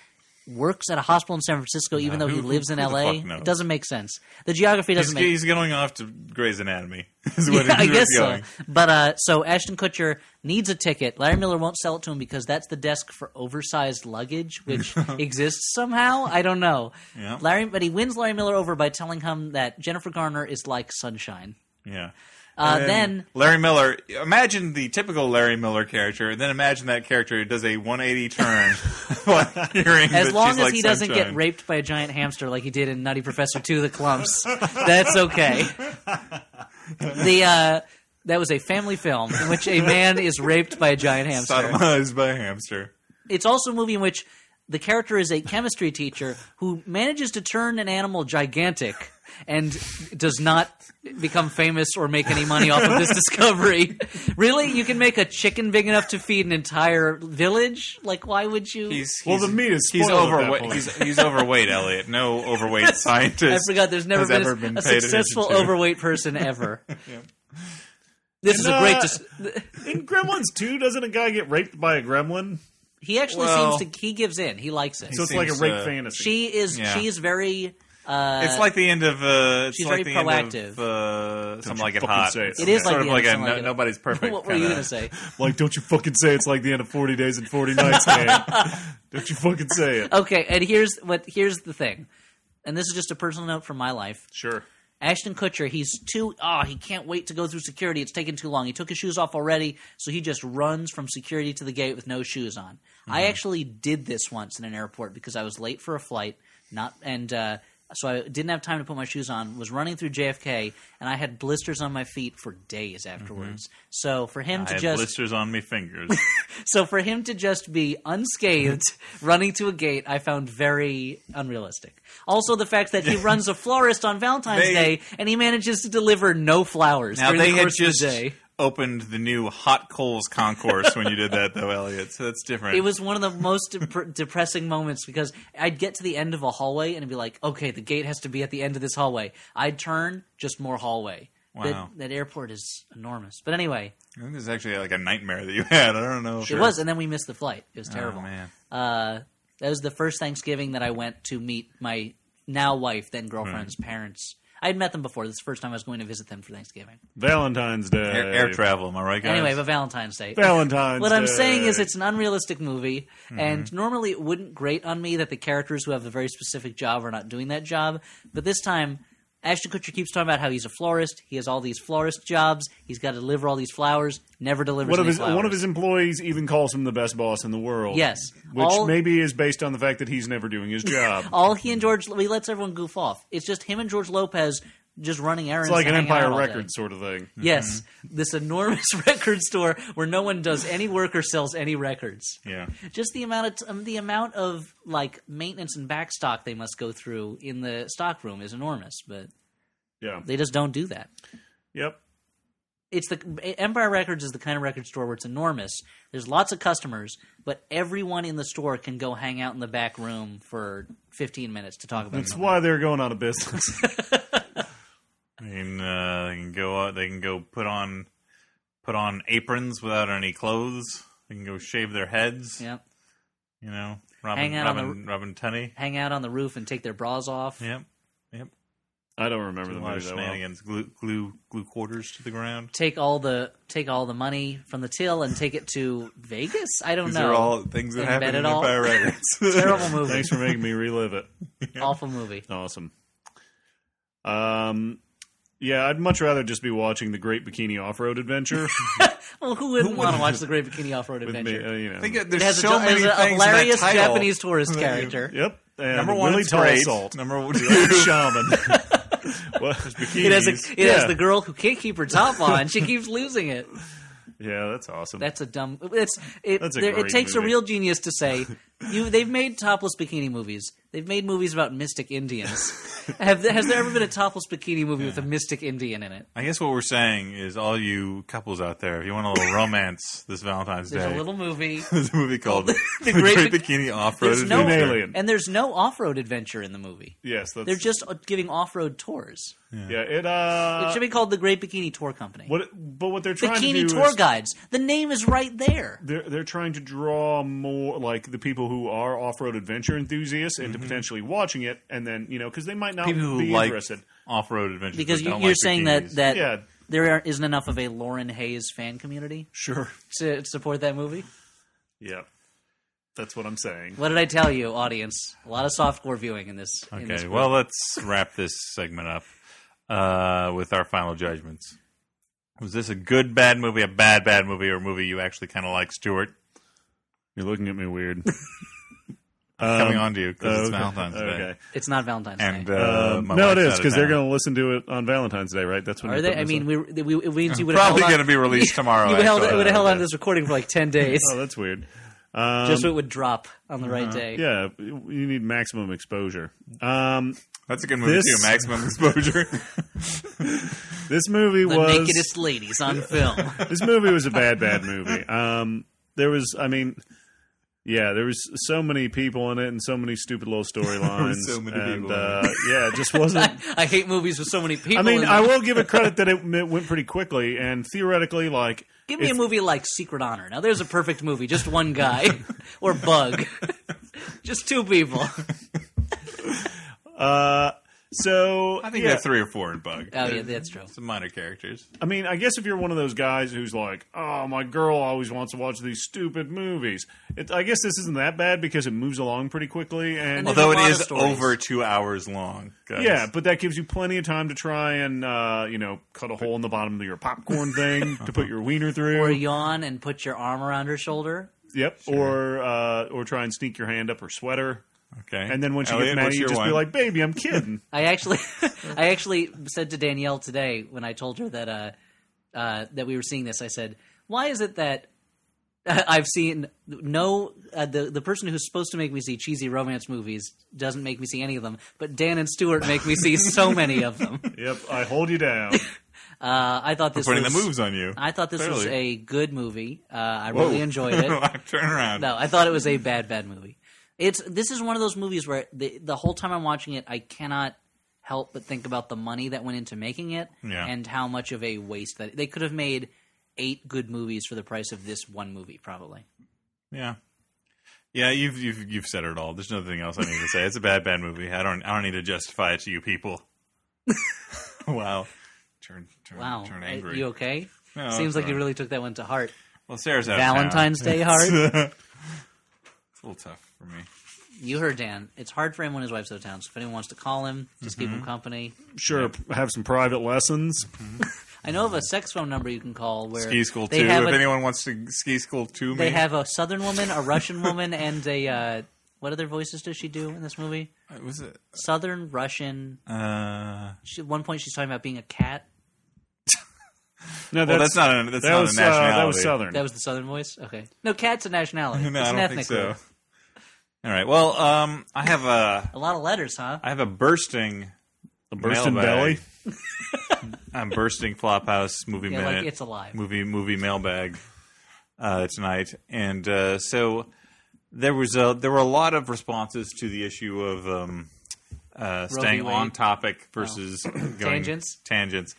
[SPEAKER 4] works at a hospital in San Francisco even though he
[SPEAKER 2] who-
[SPEAKER 4] lives in
[SPEAKER 2] who the
[SPEAKER 4] LA.
[SPEAKER 2] fuck knows?
[SPEAKER 4] It doesn't make sense. The geography doesn't
[SPEAKER 2] He's,
[SPEAKER 4] make
[SPEAKER 2] he's going off to Grey's Anatomy. <laughs> Is what
[SPEAKER 4] yeah, I
[SPEAKER 2] he's
[SPEAKER 4] guess so.
[SPEAKER 2] going.
[SPEAKER 4] But uh, so Ashton Kutcher needs a ticket. Larry Miller won't sell it to him because that's the desk for oversized luggage,
[SPEAKER 2] <laughs>
[SPEAKER 4] which exists somehow. I don't know.
[SPEAKER 2] Yeah.
[SPEAKER 4] Larry, but he wins Larry Miller over by telling him that Jennifer Garner is like sunshine.
[SPEAKER 2] Yeah.
[SPEAKER 4] Uh,
[SPEAKER 2] And
[SPEAKER 4] then
[SPEAKER 2] Larry Miller. Imagine the typical Larry Miller character, and then imagine that character does a 180
[SPEAKER 4] <laughs>
[SPEAKER 2] turn. while hearing that
[SPEAKER 4] as long
[SPEAKER 2] she's
[SPEAKER 4] as
[SPEAKER 2] like
[SPEAKER 4] he doesn't
[SPEAKER 2] sunshine.
[SPEAKER 4] get raped by a giant hamster like he did in Nutty Professor Two:
[SPEAKER 2] <laughs>
[SPEAKER 4] The Clumps, that's okay. The uh, that was a family film in which a man is raped by a giant hamster.
[SPEAKER 2] sodomized by a hamster.
[SPEAKER 4] It's also a movie in which the character is a chemistry teacher who manages to turn an animal gigantic and does not become famous or make any money off of this discovery. <laughs> really? You can make a chicken big enough to feed an entire village? Like, why would you?
[SPEAKER 2] He's, he's
[SPEAKER 3] well, the meat is
[SPEAKER 2] He's
[SPEAKER 3] spoiled at that
[SPEAKER 2] overweight.
[SPEAKER 3] point.
[SPEAKER 2] He's, he's overweight, Elliot. No <laughs> overweight
[SPEAKER 4] I
[SPEAKER 2] scientist.
[SPEAKER 4] forgot there's never
[SPEAKER 2] has
[SPEAKER 4] been, a-
[SPEAKER 2] ever been
[SPEAKER 4] a
[SPEAKER 2] paid
[SPEAKER 4] successful
[SPEAKER 2] attention to.
[SPEAKER 4] overweight
[SPEAKER 2] <laughs>
[SPEAKER 4] person ever. This is
[SPEAKER 3] And,
[SPEAKER 4] a great.
[SPEAKER 3] uh,
[SPEAKER 4] Dis-
[SPEAKER 3] in Gremlins Two, doesn't a guy get raped by a gremlin?
[SPEAKER 4] he actually
[SPEAKER 2] well-
[SPEAKER 4] seems to. He gives in. He likes it.
[SPEAKER 3] So it's
[SPEAKER 2] seems,
[SPEAKER 3] like a rape
[SPEAKER 2] uh,
[SPEAKER 3] fantasy.
[SPEAKER 4] she is.
[SPEAKER 2] Yeah.
[SPEAKER 4] She is very.
[SPEAKER 2] It's like the end of. Uh, it's
[SPEAKER 4] she's
[SPEAKER 2] like
[SPEAKER 4] very
[SPEAKER 2] the
[SPEAKER 4] proactive.
[SPEAKER 2] End of, uh,
[SPEAKER 3] you
[SPEAKER 2] something like it
[SPEAKER 3] fucking
[SPEAKER 2] hot.
[SPEAKER 3] say it.
[SPEAKER 4] It is
[SPEAKER 2] sort
[SPEAKER 4] like
[SPEAKER 2] of
[SPEAKER 4] the
[SPEAKER 2] like
[SPEAKER 4] end
[SPEAKER 2] a
[SPEAKER 4] of something
[SPEAKER 2] no-
[SPEAKER 4] like it.
[SPEAKER 2] nobody's perfect. uh,
[SPEAKER 4] what were you
[SPEAKER 2] kinda-
[SPEAKER 4] going to say?
[SPEAKER 3] Like, don't you fucking say it's like the end of Forty Days and Forty Nights, man. don't you fucking say it.
[SPEAKER 4] Okay, and here's what here's the thing, and this is just a personal note from my life.
[SPEAKER 3] Sure.
[SPEAKER 4] Ashton Kutcher, he's too ah, he can't wait to go through security. It's taking too long. He took his shoes off already, so he just runs from security to the gate with no shoes on. I actually did this once in an airport because I was late for a flight, not and uh, so I didn't have time to put my shoes on. Was running through JFK, and I had blisters on my feet for days afterwards. So for him
[SPEAKER 2] I
[SPEAKER 4] to
[SPEAKER 2] have
[SPEAKER 4] just
[SPEAKER 2] blisters on me
[SPEAKER 4] <laughs>
[SPEAKER 2] fingers.
[SPEAKER 4] so for him to just be
[SPEAKER 2] <laughs>
[SPEAKER 4] unscathed running to a gate, I found very unrealistic. Also, the fact that he runs a florist on Valentine's
[SPEAKER 2] They-
[SPEAKER 4] Day and he manages to deliver no flowers
[SPEAKER 2] now
[SPEAKER 4] during
[SPEAKER 2] they
[SPEAKER 4] the
[SPEAKER 2] had
[SPEAKER 4] course
[SPEAKER 2] just
[SPEAKER 4] of the day.
[SPEAKER 2] opened the new Hot Coals concourse when you did that, though, Elliot. So that's different.
[SPEAKER 4] It was one of the most dep- <laughs> depressing moments because I'd get to the end of a hallway and it'd be like, okay, the gate has to be at the end of this hallway. I'd turn, just more hallway.
[SPEAKER 2] Wow.
[SPEAKER 4] That, that airport is enormous. But anyway,
[SPEAKER 2] I think this is actually like a nightmare that you <laughs> had. I don't know.
[SPEAKER 4] it was, and then we missed the flight. It was
[SPEAKER 2] Oh,
[SPEAKER 4] terrible.
[SPEAKER 2] man.
[SPEAKER 4] uh, that was the first Thanksgiving that I went to meet my now wife, then girlfriend's
[SPEAKER 3] Hmm.
[SPEAKER 4] parents. I had met them before. This is the first time I was going to visit them for Thanksgiving.
[SPEAKER 3] Valentine's Day.
[SPEAKER 2] Air, air travel, am I right, guys?
[SPEAKER 4] Anyway, but Valentine's Day.
[SPEAKER 3] Valentine's.
[SPEAKER 4] What I'm
[SPEAKER 3] Day. Hmm.
[SPEAKER 4] saying is it's an unrealistic movie, and normally it wouldn't grate on me that the characters who have a very specific job are not doing that job. But this time, Ashton Kutcher keeps talking about how he's a florist. He has all these florist jobs. He's got to deliver all these flowers. Never delivers
[SPEAKER 3] One of
[SPEAKER 4] any
[SPEAKER 3] his
[SPEAKER 4] flowers.
[SPEAKER 3] one of his employees even calls him the best boss in the world.
[SPEAKER 4] Yes.
[SPEAKER 3] which
[SPEAKER 4] All-
[SPEAKER 3] maybe is
[SPEAKER 4] <laughs>
[SPEAKER 3] based on the fact that he's never doing his job.
[SPEAKER 4] all he and George he lets everyone goof off. It's just him and George Lopez just running errands.
[SPEAKER 3] It's like
[SPEAKER 4] to
[SPEAKER 3] an
[SPEAKER 4] hang out
[SPEAKER 3] Empire
[SPEAKER 4] all day.
[SPEAKER 3] Record sort of thing.
[SPEAKER 4] Yes, this enormous <laughs> record store where no one does any work or sells any records.
[SPEAKER 2] Yeah.
[SPEAKER 4] Just the amount of um, the amount of like maintenance and backstock they must go through in the stock room is enormous, but
[SPEAKER 3] Yeah.
[SPEAKER 4] they just don't do that.
[SPEAKER 3] Yep.
[SPEAKER 4] It's the E, Empire Records is the kind of record store where it's enormous. There's lots of customers, but everyone in the store can go hang out in the back room for 15 minutes to talk about.
[SPEAKER 3] That's
[SPEAKER 4] something.
[SPEAKER 3] why they're going out
[SPEAKER 4] <laughs>
[SPEAKER 3] of business.
[SPEAKER 2] They can, uh, they can go out. They can go put on put on aprons without any clothes. They can go shave their heads.
[SPEAKER 4] Yep.
[SPEAKER 2] You know, Robin
[SPEAKER 4] Hang out on the
[SPEAKER 2] Robin Robin Tunney.
[SPEAKER 4] Hang out on the roof and take their bras off.
[SPEAKER 2] Yep. Yep.
[SPEAKER 3] I don't remember
[SPEAKER 2] A
[SPEAKER 3] the
[SPEAKER 2] lot of
[SPEAKER 3] movie that well.
[SPEAKER 2] shenanigans. Glue glue glue quarters to the ground.
[SPEAKER 4] Take all the take all the money from the till and take it to Vegas. I don't
[SPEAKER 2] These
[SPEAKER 4] know.
[SPEAKER 2] are all things that
[SPEAKER 4] In
[SPEAKER 2] happen
[SPEAKER 4] bed
[SPEAKER 2] in
[SPEAKER 4] at all?
[SPEAKER 2] Empire Records.
[SPEAKER 4] <laughs>
[SPEAKER 2] <laughs>
[SPEAKER 4] Terrible movie.
[SPEAKER 3] Thanks for making me relive it.
[SPEAKER 4] Awful movie.
[SPEAKER 3] Awesome. Um, yeah, I'd much rather just be watching the Great Bikini
[SPEAKER 4] <laughs>
[SPEAKER 3] Off-Road Adventure
[SPEAKER 4] Well, who wouldn't want to watch the Great Bikini Off Road
[SPEAKER 3] with
[SPEAKER 4] Adventure?
[SPEAKER 3] me. Uh, you know.
[SPEAKER 2] I think that
[SPEAKER 4] It
[SPEAKER 2] there's
[SPEAKER 4] has
[SPEAKER 2] so
[SPEAKER 4] a,
[SPEAKER 2] many
[SPEAKER 4] has a
[SPEAKER 2] things in that
[SPEAKER 4] hilarious
[SPEAKER 2] title.
[SPEAKER 4] Japanese tourist character.
[SPEAKER 3] Yep. And
[SPEAKER 2] Number one,
[SPEAKER 3] Willie
[SPEAKER 2] it's great.
[SPEAKER 3] Salt.
[SPEAKER 2] Number one,
[SPEAKER 3] <laughs> Shaman.
[SPEAKER 4] <laughs>
[SPEAKER 3] <laughs> well,
[SPEAKER 4] It has a, it has
[SPEAKER 3] Yeah.
[SPEAKER 4] the girl who can't keep her top on. She keeps losing it.
[SPEAKER 3] yeah, that's awesome.
[SPEAKER 4] That's a dumb. It's it.
[SPEAKER 3] That's a
[SPEAKER 4] there- it
[SPEAKER 3] great
[SPEAKER 4] takes a
[SPEAKER 3] movie.
[SPEAKER 4] real genius to say you. They've made topless bikini movies. They've made movies about mystic Indians. Have there- has there ever been a topless bikini movie with a mystic Indian in it?
[SPEAKER 2] I guess what we're saying is, all you couples out there, if you want a little romance this Valentine's
[SPEAKER 4] There's
[SPEAKER 2] Day,
[SPEAKER 4] a little movie,
[SPEAKER 2] <laughs> there's a movie
[SPEAKER 4] <laughs>
[SPEAKER 2] called The,
[SPEAKER 4] Great
[SPEAKER 2] Great,
[SPEAKER 4] Bik-
[SPEAKER 2] Bikini Off-Road
[SPEAKER 4] There's no-
[SPEAKER 3] an
[SPEAKER 2] Adventure.
[SPEAKER 3] alien.
[SPEAKER 4] and there's no off-road adventure in the movie.
[SPEAKER 3] yes, that's
[SPEAKER 4] They're just giving off-road tours.
[SPEAKER 3] yeah. It uh,
[SPEAKER 4] It should be called the Great Bikini Tour Company.
[SPEAKER 3] what? But what they're trying to
[SPEAKER 4] Bikini
[SPEAKER 3] do
[SPEAKER 4] tour
[SPEAKER 3] is
[SPEAKER 4] guides. The name is right there.
[SPEAKER 3] they're they're trying to draw more like the people who are off-road adventure enthusiasts into potentially watching it, and then you know because they might not
[SPEAKER 2] Mm-hmm. People who
[SPEAKER 3] be
[SPEAKER 2] like
[SPEAKER 3] interested.
[SPEAKER 2] off-road adventures
[SPEAKER 4] because
[SPEAKER 2] but
[SPEAKER 4] you,
[SPEAKER 2] don't
[SPEAKER 4] you're
[SPEAKER 2] like
[SPEAKER 4] saying
[SPEAKER 2] bikinis.
[SPEAKER 4] that that
[SPEAKER 3] Yeah.
[SPEAKER 4] there aren't- isn't enough of a Lauren Hayes fan community
[SPEAKER 3] Sure.
[SPEAKER 4] to support that movie.
[SPEAKER 3] Yeah. That's what I'm saying.
[SPEAKER 4] What did I tell you, audience? A lot of softcore viewing in this. in this
[SPEAKER 2] Okay, well, let's wrap this segment up uh, with our final judgments. Was this a good bad movie, a bad bad movie, or a movie you actually kind of like, Stuart?
[SPEAKER 3] You're looking at me <laughs> weird.
[SPEAKER 2] Coming on to you because it's
[SPEAKER 3] Um, okay.
[SPEAKER 2] Valentine's Day.
[SPEAKER 3] Okay.
[SPEAKER 4] it's not Valentine's
[SPEAKER 2] And,
[SPEAKER 4] Day.
[SPEAKER 2] uh,
[SPEAKER 3] Um,
[SPEAKER 2] my
[SPEAKER 3] no, it
[SPEAKER 2] wife's
[SPEAKER 3] is
[SPEAKER 2] out of
[SPEAKER 3] because they're
[SPEAKER 2] town.
[SPEAKER 3] going to listen to it on Valentine's Day, right? That's when
[SPEAKER 4] Are
[SPEAKER 3] you're
[SPEAKER 4] they?
[SPEAKER 3] putting
[SPEAKER 4] I
[SPEAKER 3] this
[SPEAKER 4] mean,
[SPEAKER 3] up.
[SPEAKER 4] we, we, we, we would
[SPEAKER 2] Probably
[SPEAKER 4] going
[SPEAKER 2] gonna be
[SPEAKER 4] <laughs>
[SPEAKER 2] released tomorrow,
[SPEAKER 4] You held,
[SPEAKER 2] actually.
[SPEAKER 4] would have held on to this recording for like ten
[SPEAKER 3] <laughs>
[SPEAKER 4] days,
[SPEAKER 3] oh, that's weird. Um,
[SPEAKER 4] just so it would drop on the right day.
[SPEAKER 3] Uh-huh. yeah, you need maximum exposure. Um,
[SPEAKER 2] That's a good movie
[SPEAKER 3] This-
[SPEAKER 2] too. Maximum exposure.
[SPEAKER 3] <laughs> this movie
[SPEAKER 4] The
[SPEAKER 3] was
[SPEAKER 4] nakedest ladies
[SPEAKER 3] <laughs>
[SPEAKER 4] on film.
[SPEAKER 3] this movie was a bad, bad movie. Um, there was, I mean, yeah, there was so many people in it and so many stupid little storylines.
[SPEAKER 2] <laughs> so many
[SPEAKER 3] and,
[SPEAKER 2] people in
[SPEAKER 3] uh, yeah, it just
[SPEAKER 4] <laughs>
[SPEAKER 3] wasn't.
[SPEAKER 4] I hate movies with so many people.
[SPEAKER 3] I mean,
[SPEAKER 4] in
[SPEAKER 3] I
[SPEAKER 4] them.
[SPEAKER 3] will give it credit that it, it went pretty quickly and theoretically, like
[SPEAKER 4] Give me
[SPEAKER 3] if-
[SPEAKER 4] a movie like Secret Honor. Now, there's a perfect movie. Just one
[SPEAKER 3] <laughs>
[SPEAKER 4] guy or Bug. <laughs> just two people.
[SPEAKER 3] Uh, so
[SPEAKER 2] I think
[SPEAKER 3] yeah.
[SPEAKER 2] there are three or four in Bug.
[SPEAKER 4] Oh, yeah, that's true.
[SPEAKER 2] Some minor characters.
[SPEAKER 3] I mean, I guess if you're one of those guys who's like, "Oh, my girl always wants to watch these stupid movies," it, I guess this isn't that bad because it moves along pretty quickly, and,
[SPEAKER 4] And There's
[SPEAKER 2] Although
[SPEAKER 4] a
[SPEAKER 2] it
[SPEAKER 4] lot of
[SPEAKER 2] is
[SPEAKER 4] stories.
[SPEAKER 2] over two hours long. guys.
[SPEAKER 3] yeah, but that gives you plenty of time to try and uh, you know cut a hole in the bottom of your
[SPEAKER 2] <laughs>
[SPEAKER 3] popcorn thing to put your wiener through.
[SPEAKER 4] Or yawn and put your arm around her shoulder.
[SPEAKER 3] yep, or uh, or try and sneak your hand up her sweater,
[SPEAKER 2] okay.
[SPEAKER 3] and then once you
[SPEAKER 2] Elliot,
[SPEAKER 3] get mad,
[SPEAKER 2] what's
[SPEAKER 3] you
[SPEAKER 2] your
[SPEAKER 3] just be
[SPEAKER 2] one?
[SPEAKER 3] like, "Baby, I'm kidding."
[SPEAKER 2] <laughs>
[SPEAKER 4] I actually, <laughs> I actually said to Danielle today when I told her that uh, uh, that we were seeing this. I said, "Why is it that <laughs> I've seen no uh, the the person who's supposed to make me see cheesy romance movies doesn't make me see any of them, but Dan and Stuart make me see so many of them."
[SPEAKER 3] yep, I hold
[SPEAKER 2] <laughs>
[SPEAKER 3] you down.
[SPEAKER 4] Uh, I thought this
[SPEAKER 2] putting
[SPEAKER 4] was
[SPEAKER 2] the moves on you.
[SPEAKER 4] I thought this was
[SPEAKER 2] Clearly.
[SPEAKER 4] a good movie. Uh, I
[SPEAKER 2] Whoa.
[SPEAKER 4] really enjoyed
[SPEAKER 2] <laughs>
[SPEAKER 4] it.
[SPEAKER 2] Turn around.
[SPEAKER 4] No, I thought it was a bad, bad movie. It's this is one of those movies where the the whole time I'm watching it, I cannot help but think about the money that went into making it
[SPEAKER 2] Yeah.
[SPEAKER 4] and how much of a waste that they could have made eight good movies for the price of this one movie, probably.
[SPEAKER 2] Yeah. Yeah, you've you've you've said it all. There's nothing else I need to say. It's a bad, bad movie. I don't I don't need to justify it to you people. <laughs> wow. Turn turn
[SPEAKER 4] Wow, Uh,
[SPEAKER 2] turn angry.
[SPEAKER 4] you okay?
[SPEAKER 2] No,
[SPEAKER 4] Seems
[SPEAKER 2] it's
[SPEAKER 4] like
[SPEAKER 2] all
[SPEAKER 4] you
[SPEAKER 2] right.
[SPEAKER 4] really took that one to heart.
[SPEAKER 2] Well Sarah's out of town. <laughs>
[SPEAKER 4] Valentine's Day hard.
[SPEAKER 2] it's a little tough for me.
[SPEAKER 4] You heard Dan. It's hard for him when his wife's out of town. So if anyone wants to call him, just keep
[SPEAKER 2] Mm-hmm.
[SPEAKER 4] him company.
[SPEAKER 3] Sure, have some private lessons.
[SPEAKER 4] I know of a sex phone number you can call where
[SPEAKER 2] Ski school
[SPEAKER 4] they
[SPEAKER 2] two.
[SPEAKER 4] have
[SPEAKER 2] If
[SPEAKER 4] a-
[SPEAKER 2] anyone wants to ski school two me
[SPEAKER 4] They have a Southern woman, a Russian woman, and a uh, What other voices does she do in this movie?
[SPEAKER 2] Uh, Was it?
[SPEAKER 4] Southern Russian.
[SPEAKER 2] Uh,
[SPEAKER 4] She, at one point, she's talking about being a cat.
[SPEAKER 3] No,
[SPEAKER 2] well, that's not. A, that's
[SPEAKER 3] that
[SPEAKER 2] not
[SPEAKER 3] was
[SPEAKER 2] a
[SPEAKER 3] uh,
[SPEAKER 2] nationality.
[SPEAKER 3] that was Southern.
[SPEAKER 4] That was the Southern voice. Okay, no, cat's a nationality.
[SPEAKER 2] <laughs> No,
[SPEAKER 4] it's
[SPEAKER 2] I
[SPEAKER 4] an
[SPEAKER 2] don't
[SPEAKER 4] ethnic
[SPEAKER 2] think so.
[SPEAKER 4] group.
[SPEAKER 2] All right. Well, um, I have a
[SPEAKER 4] A lot of letters, huh?
[SPEAKER 2] I have a bursting
[SPEAKER 3] the bursting belly.
[SPEAKER 2] mailbag. I'm bursting Flophouse movie
[SPEAKER 4] Yeah,
[SPEAKER 2] minute.
[SPEAKER 4] like it's alive.
[SPEAKER 2] movie movie mailbag uh, tonight, and uh, so there was a there were a lot of responses to the issue of um, uh,
[SPEAKER 4] v.
[SPEAKER 2] staying
[SPEAKER 4] Wade. Oh.
[SPEAKER 2] on topic
[SPEAKER 4] <coughs>
[SPEAKER 2] versus going
[SPEAKER 4] Tangents?
[SPEAKER 2] Tangents,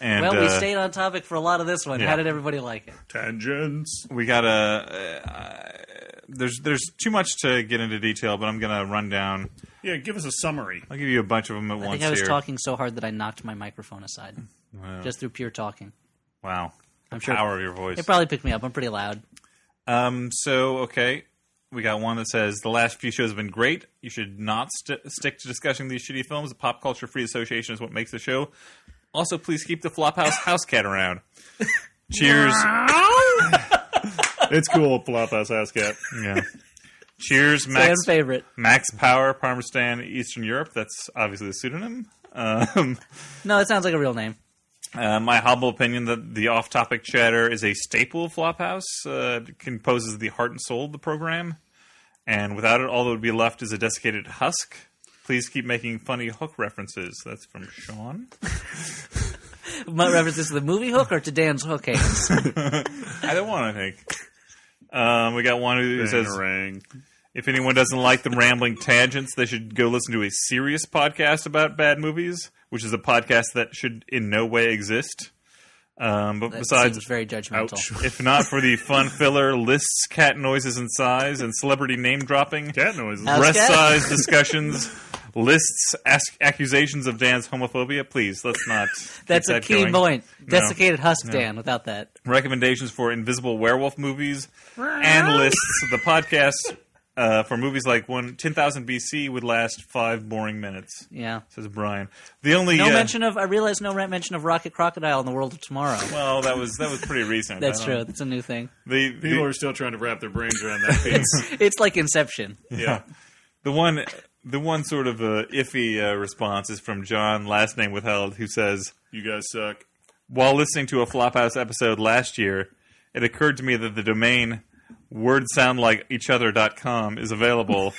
[SPEAKER 2] and
[SPEAKER 4] Well, we
[SPEAKER 2] uh,
[SPEAKER 4] stayed on topic for a lot of this one.
[SPEAKER 2] yeah.
[SPEAKER 4] How did everybody like it?
[SPEAKER 3] Tangents.
[SPEAKER 2] we got a. Uh, uh, there's there's too much to get into detail, but I'm gonna run down.
[SPEAKER 3] Yeah, give us a summary.
[SPEAKER 2] I'll give you a bunch of them at
[SPEAKER 4] I
[SPEAKER 2] once
[SPEAKER 4] think I was
[SPEAKER 2] here.
[SPEAKER 4] talking so hard that I knocked my microphone aside just through pure talking.
[SPEAKER 2] wow,
[SPEAKER 4] I'm sure
[SPEAKER 2] power of your voice.
[SPEAKER 4] it probably picked me up. I'm pretty loud.
[SPEAKER 2] Um, so okay, we got one that says the last few shows have been great. You should not st- stick to discussing these shitty films. The pop culture free association is what makes the show. Also, please keep the Flophouse house cat around. Cheers.
[SPEAKER 3] It's cool, Flophouse
[SPEAKER 2] <laughs>
[SPEAKER 3] House Cat.
[SPEAKER 2] yeah. Cheers,
[SPEAKER 4] Fan
[SPEAKER 2] Max.
[SPEAKER 4] favorite.
[SPEAKER 2] Max Power, Parmesan, Eastern Europe. That's obviously the pseudonym. Um,
[SPEAKER 4] No, it sounds like a real name.
[SPEAKER 2] Uh, my humble opinion that the off-topic chatter is a staple of Flophouse. Uh, it composes the heart and soul of the program, and without it, all that would be left is a desiccated husk. Please keep making funny hook references. That's from Sean.
[SPEAKER 4] My references to the movie Hook or to Dan's Hook
[SPEAKER 2] <laughs>
[SPEAKER 4] hands?
[SPEAKER 2] Either one, I think. Um, we got one who says,
[SPEAKER 3] Bangarang.
[SPEAKER 2] "If anyone doesn't like the rambling tangents, they should go listen to a serious podcast about bad movies, which is a podcast that should in no way exist." Um, but
[SPEAKER 4] That
[SPEAKER 2] besides
[SPEAKER 4] seems very judgmental.
[SPEAKER 2] If not for the fun filler lists, cat noises and sighs, and celebrity name dropping,
[SPEAKER 3] Cat noises.
[SPEAKER 4] House
[SPEAKER 2] breast
[SPEAKER 4] cat?
[SPEAKER 2] size discussions, lists, ask, accusations of Dan's homophobia, please let's
[SPEAKER 4] <laughs>
[SPEAKER 2] not. keep
[SPEAKER 4] That's a
[SPEAKER 2] that
[SPEAKER 4] key
[SPEAKER 2] going.
[SPEAKER 4] point. Desiccated husk, Dan. Without that,
[SPEAKER 2] Recommendations for invisible werewolf movies and lists. The podcast uh, for movies like one ten thousand BC would last five boring minutes.
[SPEAKER 4] yeah.
[SPEAKER 2] Says Brian. The only
[SPEAKER 4] No
[SPEAKER 2] uh,
[SPEAKER 4] mention of. I realize no mention of Rocket Crocodile in the world of tomorrow.
[SPEAKER 2] Well, that was that was pretty recent.
[SPEAKER 4] That's
[SPEAKER 2] I
[SPEAKER 4] true.
[SPEAKER 2] don't-
[SPEAKER 4] That's a new thing.
[SPEAKER 2] The, the,
[SPEAKER 3] People are still trying to wrap their brains around that piece.
[SPEAKER 4] It's like Inception.
[SPEAKER 2] <laughs> yeah. The one, the one sort of uh, iffy uh, response is from John, last name withheld, who says,
[SPEAKER 3] you guys suck.
[SPEAKER 2] "While listening to a Flophouse episode last year, it occurred to me that the domain wordsoundlikeeachother.com is
[SPEAKER 4] <laughs>
[SPEAKER 2] available."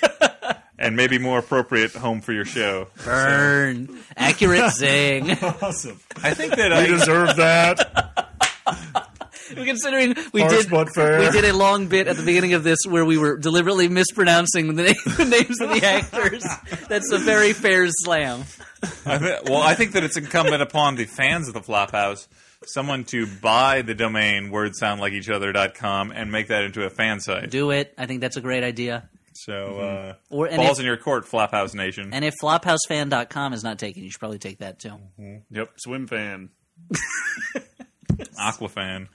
[SPEAKER 2] And maybe more appropriate home for your show.
[SPEAKER 4] Burn.
[SPEAKER 2] <laughs>
[SPEAKER 4] Accurate zing.
[SPEAKER 3] Awesome.
[SPEAKER 2] I think that
[SPEAKER 3] You
[SPEAKER 2] I,
[SPEAKER 3] deserve that.
[SPEAKER 4] We're <laughs> Considering we
[SPEAKER 3] Harsh
[SPEAKER 4] did
[SPEAKER 3] but fair.
[SPEAKER 4] we did a long bit at the beginning of this where we were deliberately mispronouncing the, <laughs> name, the
[SPEAKER 2] <laughs>
[SPEAKER 4] names of the actors. That's a very fair slam.
[SPEAKER 2] I thi- well, I think that it's incumbent upon the fans of the Flophouse someone to buy the domain wordsoundlikeeachother.com and make that into a fan site.
[SPEAKER 4] Do it. I think that's a great idea.
[SPEAKER 2] So, uh,
[SPEAKER 4] Or Mm-hmm. and
[SPEAKER 2] balls
[SPEAKER 4] if,
[SPEAKER 2] in your court, Flophouse Nation.
[SPEAKER 4] and if FlophouseFan.com is not taken, you should probably take that too.
[SPEAKER 3] <laughs> Yep, swim fan.
[SPEAKER 2] Aquafan.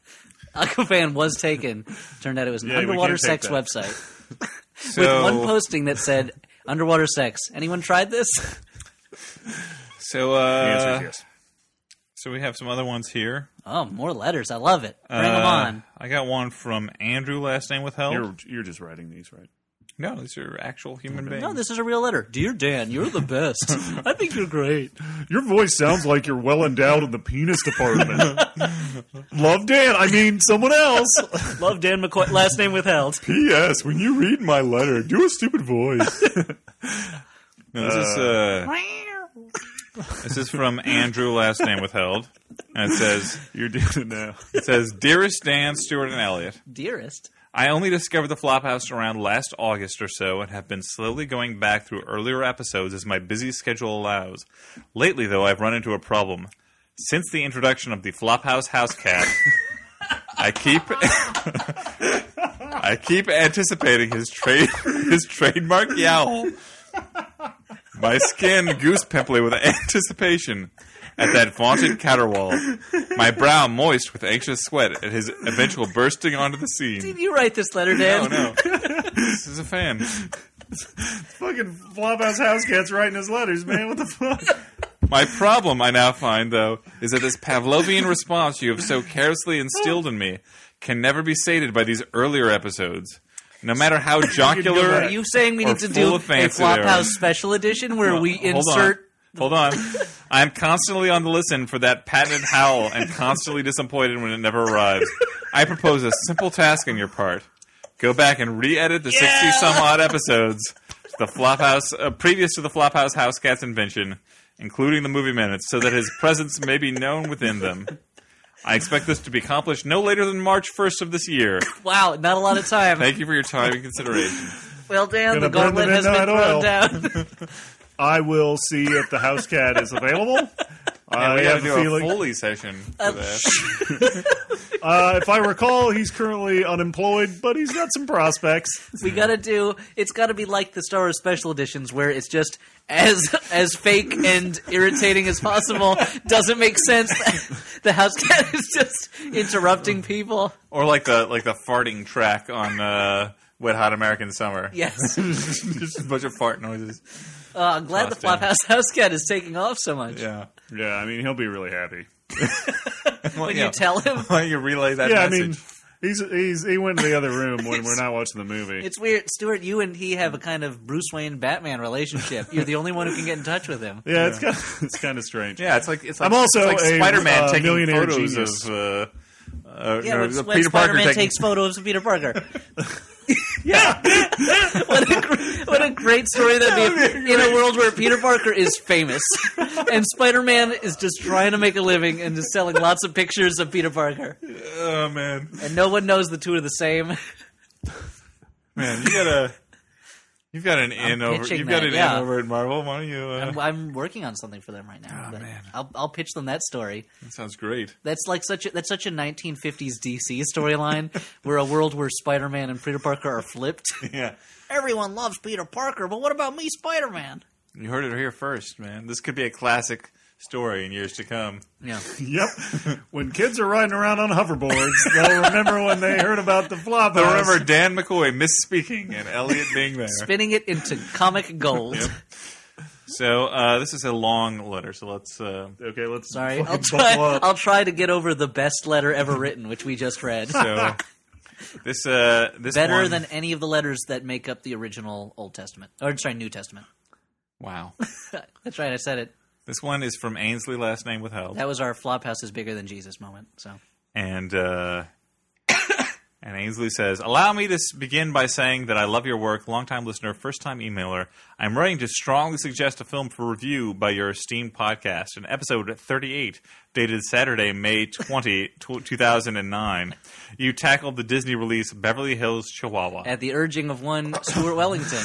[SPEAKER 4] Aquafan was taken. Turned out it was an
[SPEAKER 3] Yeah, we
[SPEAKER 4] underwater
[SPEAKER 3] can't take
[SPEAKER 4] sex
[SPEAKER 3] that.
[SPEAKER 4] website
[SPEAKER 2] So,
[SPEAKER 4] with one posting that said underwater sex. Anyone tried this?
[SPEAKER 2] so,
[SPEAKER 3] The answer is
[SPEAKER 2] uh,
[SPEAKER 3] yes.
[SPEAKER 2] so we have some other ones here.
[SPEAKER 4] Oh, more letters. I love it. Bring them
[SPEAKER 2] Uh,
[SPEAKER 4] on.
[SPEAKER 2] I got one from Andrew, last name withheld.
[SPEAKER 3] You're, you're just writing these, right?
[SPEAKER 2] No, these are actual human beings.
[SPEAKER 4] No, this is a real letter. Dear Dan, you're the best. I think you're great. <laughs>
[SPEAKER 3] Your voice sounds like you're well endowed in the penis department. <laughs> Love Dan. I mean, someone <laughs> else.
[SPEAKER 4] Love Dan McCoy. Last name withheld.
[SPEAKER 3] P.S. When you read my letter, do a stupid voice.
[SPEAKER 2] No, this is uh,
[SPEAKER 4] uh,
[SPEAKER 2] <laughs> this is from Andrew, last name withheld, and it says
[SPEAKER 3] <laughs> You're doing it now.
[SPEAKER 2] it says dearest Dan, Stewart, and Elliot.
[SPEAKER 4] Dearest.
[SPEAKER 2] I only discovered the Flophouse around last August or so and have been slowly going back through earlier episodes as my busy schedule allows. Lately, though, I've run into a problem. Since the introduction of the Flophouse house cat, I keep <laughs> I keep anticipating his trade his trademark yowl. My skin goose pimply with anticipation at that vaunted caterwaul. My brow moist with anxious sweat at his eventual bursting onto the scene.
[SPEAKER 4] Did you write this letter,
[SPEAKER 2] Oh
[SPEAKER 4] Dan?
[SPEAKER 2] no. this is a fan.
[SPEAKER 3] Fucking Flophouse House Cat's writing his letters, man. What the fuck?
[SPEAKER 2] My problem, I now find, though, is that this Pavlovian response you have so carelessly instilled in me can never be sated by these earlier episodes. No matter how
[SPEAKER 3] do
[SPEAKER 2] jocular
[SPEAKER 4] Are
[SPEAKER 3] that.
[SPEAKER 4] you saying we
[SPEAKER 2] Or
[SPEAKER 4] need to
[SPEAKER 2] full
[SPEAKER 4] do a
[SPEAKER 2] of fancy there.
[SPEAKER 4] Flophouse special edition where we
[SPEAKER 2] Hold on.
[SPEAKER 4] insert?
[SPEAKER 2] Hold on. I'm constantly on the listen for that patented howl and constantly disappointed when it never arrives. I propose a simple task on your part. Go back and re-edit the 60 some odd episodes the Flophouse uh, previous to the Flophouse House Cat's invention, including the movie minutes, so that his presence may be known within them. I expect this to be accomplished no later than March 1st of this year.
[SPEAKER 4] Wow, not a lot of time.
[SPEAKER 2] Thank you for your time and consideration.
[SPEAKER 4] well, Dan, the
[SPEAKER 3] Gonna
[SPEAKER 4] gauntlet
[SPEAKER 3] burn them
[SPEAKER 4] has
[SPEAKER 3] in
[SPEAKER 4] been
[SPEAKER 3] that
[SPEAKER 4] thrown
[SPEAKER 3] oil.
[SPEAKER 4] down.
[SPEAKER 3] <laughs> I will see if the house cat is available.
[SPEAKER 2] And
[SPEAKER 3] I
[SPEAKER 2] we gotta
[SPEAKER 3] have a
[SPEAKER 2] do a
[SPEAKER 3] feeling.
[SPEAKER 2] Foley session for that.
[SPEAKER 3] Uh, if I recall, he's currently unemployed, but he's got some prospects.
[SPEAKER 4] We gotta do. It's gotta be like the Star Wars special editions, where it's just as as fake and irritating as possible. Doesn't make sense. <laughs> The house cat is just interrupting people.
[SPEAKER 2] Or like the like the farting track on uh, Wet Hot American Summer.
[SPEAKER 4] Yes,
[SPEAKER 2] <laughs>
[SPEAKER 4] uh,
[SPEAKER 2] Just a bunch of fart noises.
[SPEAKER 4] I'm glad the
[SPEAKER 2] Austin.
[SPEAKER 4] Flophouse house cat is taking off so much.
[SPEAKER 2] Yeah.
[SPEAKER 3] Yeah, I mean, he'll be really happy.
[SPEAKER 2] Well,
[SPEAKER 4] <laughs> When
[SPEAKER 2] yeah.
[SPEAKER 4] you tell him,
[SPEAKER 2] Why don't you relay that
[SPEAKER 3] yeah,
[SPEAKER 2] message?
[SPEAKER 3] I mean, he's he's he went to the other room when we're not watching the movie.
[SPEAKER 4] it's weird. Stuart, you and he have a kind of Bruce Wayne Batman relationship. You're the only one who can get in touch with him.
[SPEAKER 3] Yeah, it's kind of, it's kind of strange.
[SPEAKER 2] yeah, it's like it's like,
[SPEAKER 3] I'm also
[SPEAKER 2] it's like
[SPEAKER 3] a,
[SPEAKER 2] Spider-Man
[SPEAKER 3] uh,
[SPEAKER 2] taking
[SPEAKER 3] millionaire
[SPEAKER 2] photos
[SPEAKER 3] genius.
[SPEAKER 2] of uh, uh,
[SPEAKER 4] Yeah,
[SPEAKER 2] no,
[SPEAKER 4] when,
[SPEAKER 2] the
[SPEAKER 4] when
[SPEAKER 2] Peter Parker
[SPEAKER 4] Spider-Man
[SPEAKER 2] taking-
[SPEAKER 4] takes photos of Peter <laughs> Parker. yeah, what, a, gr- what a great story that'd be if- in a world where Peter Parker is famous and Spider-Man is just trying to make a living and just selling lots of pictures of Peter Parker,
[SPEAKER 2] Oh man,
[SPEAKER 4] and no one knows the two are the same. <laughs>
[SPEAKER 2] man, you got a you've got an in over
[SPEAKER 4] pitching
[SPEAKER 2] you've got
[SPEAKER 4] that,
[SPEAKER 2] an
[SPEAKER 4] yeah.
[SPEAKER 2] in over at Marvel. Why don't you? Uh,
[SPEAKER 4] I'm, I'm working on something for them right now. but
[SPEAKER 2] man.
[SPEAKER 4] I'll, I'll pitch them that story.
[SPEAKER 2] that sounds great.
[SPEAKER 4] That's like such a, that's such a 1950s DC storyline <laughs> where a world where Spider-Man and Peter Parker are flipped.
[SPEAKER 2] Yeah,
[SPEAKER 4] Everyone loves Peter Parker, but what about me, Spider-Man?
[SPEAKER 2] you heard it here first, man. This could be a classic story in years to come.
[SPEAKER 4] Yeah.
[SPEAKER 3] Yep. When kids are riding around on hoverboards, they'll remember when they heard about the flop.
[SPEAKER 2] I remember Dan McCoy misspeaking and Elliot being
[SPEAKER 4] <laughs>
[SPEAKER 2] there.
[SPEAKER 4] spinning it into comic gold.
[SPEAKER 2] <laughs> So uh, this is a long letter. So let's. Uh,
[SPEAKER 3] Okay, let's
[SPEAKER 4] Sorry,
[SPEAKER 3] fucking
[SPEAKER 4] I'll try.
[SPEAKER 3] buckle up.
[SPEAKER 4] I'll try to get over the best letter ever written, which we just
[SPEAKER 3] <laughs>
[SPEAKER 4] read. <laughs>
[SPEAKER 2] so this uh, this
[SPEAKER 4] Better
[SPEAKER 2] one-
[SPEAKER 4] than any of the letters that make up the original Old Testament, or sorry, New Testament.
[SPEAKER 2] wow.
[SPEAKER 4] That's right, I said it.
[SPEAKER 2] <laughs> This one is from Ainsley, last name withheld,
[SPEAKER 4] That was our Flophouse is bigger than Jesus moment. So
[SPEAKER 2] and uh, <coughs> and Ainsley says, "Allow me to s- begin by saying that I love your work, longtime listener, first time emailer. I'm writing to strongly suggest a film for review by your esteemed podcast, an episode 38, dated Saturday, May 20, tw 2009. You tackled the Disney release Beverly Hills Chihuahua.
[SPEAKER 4] at the urging of one Stuart
[SPEAKER 3] <laughs>
[SPEAKER 4] Wellington,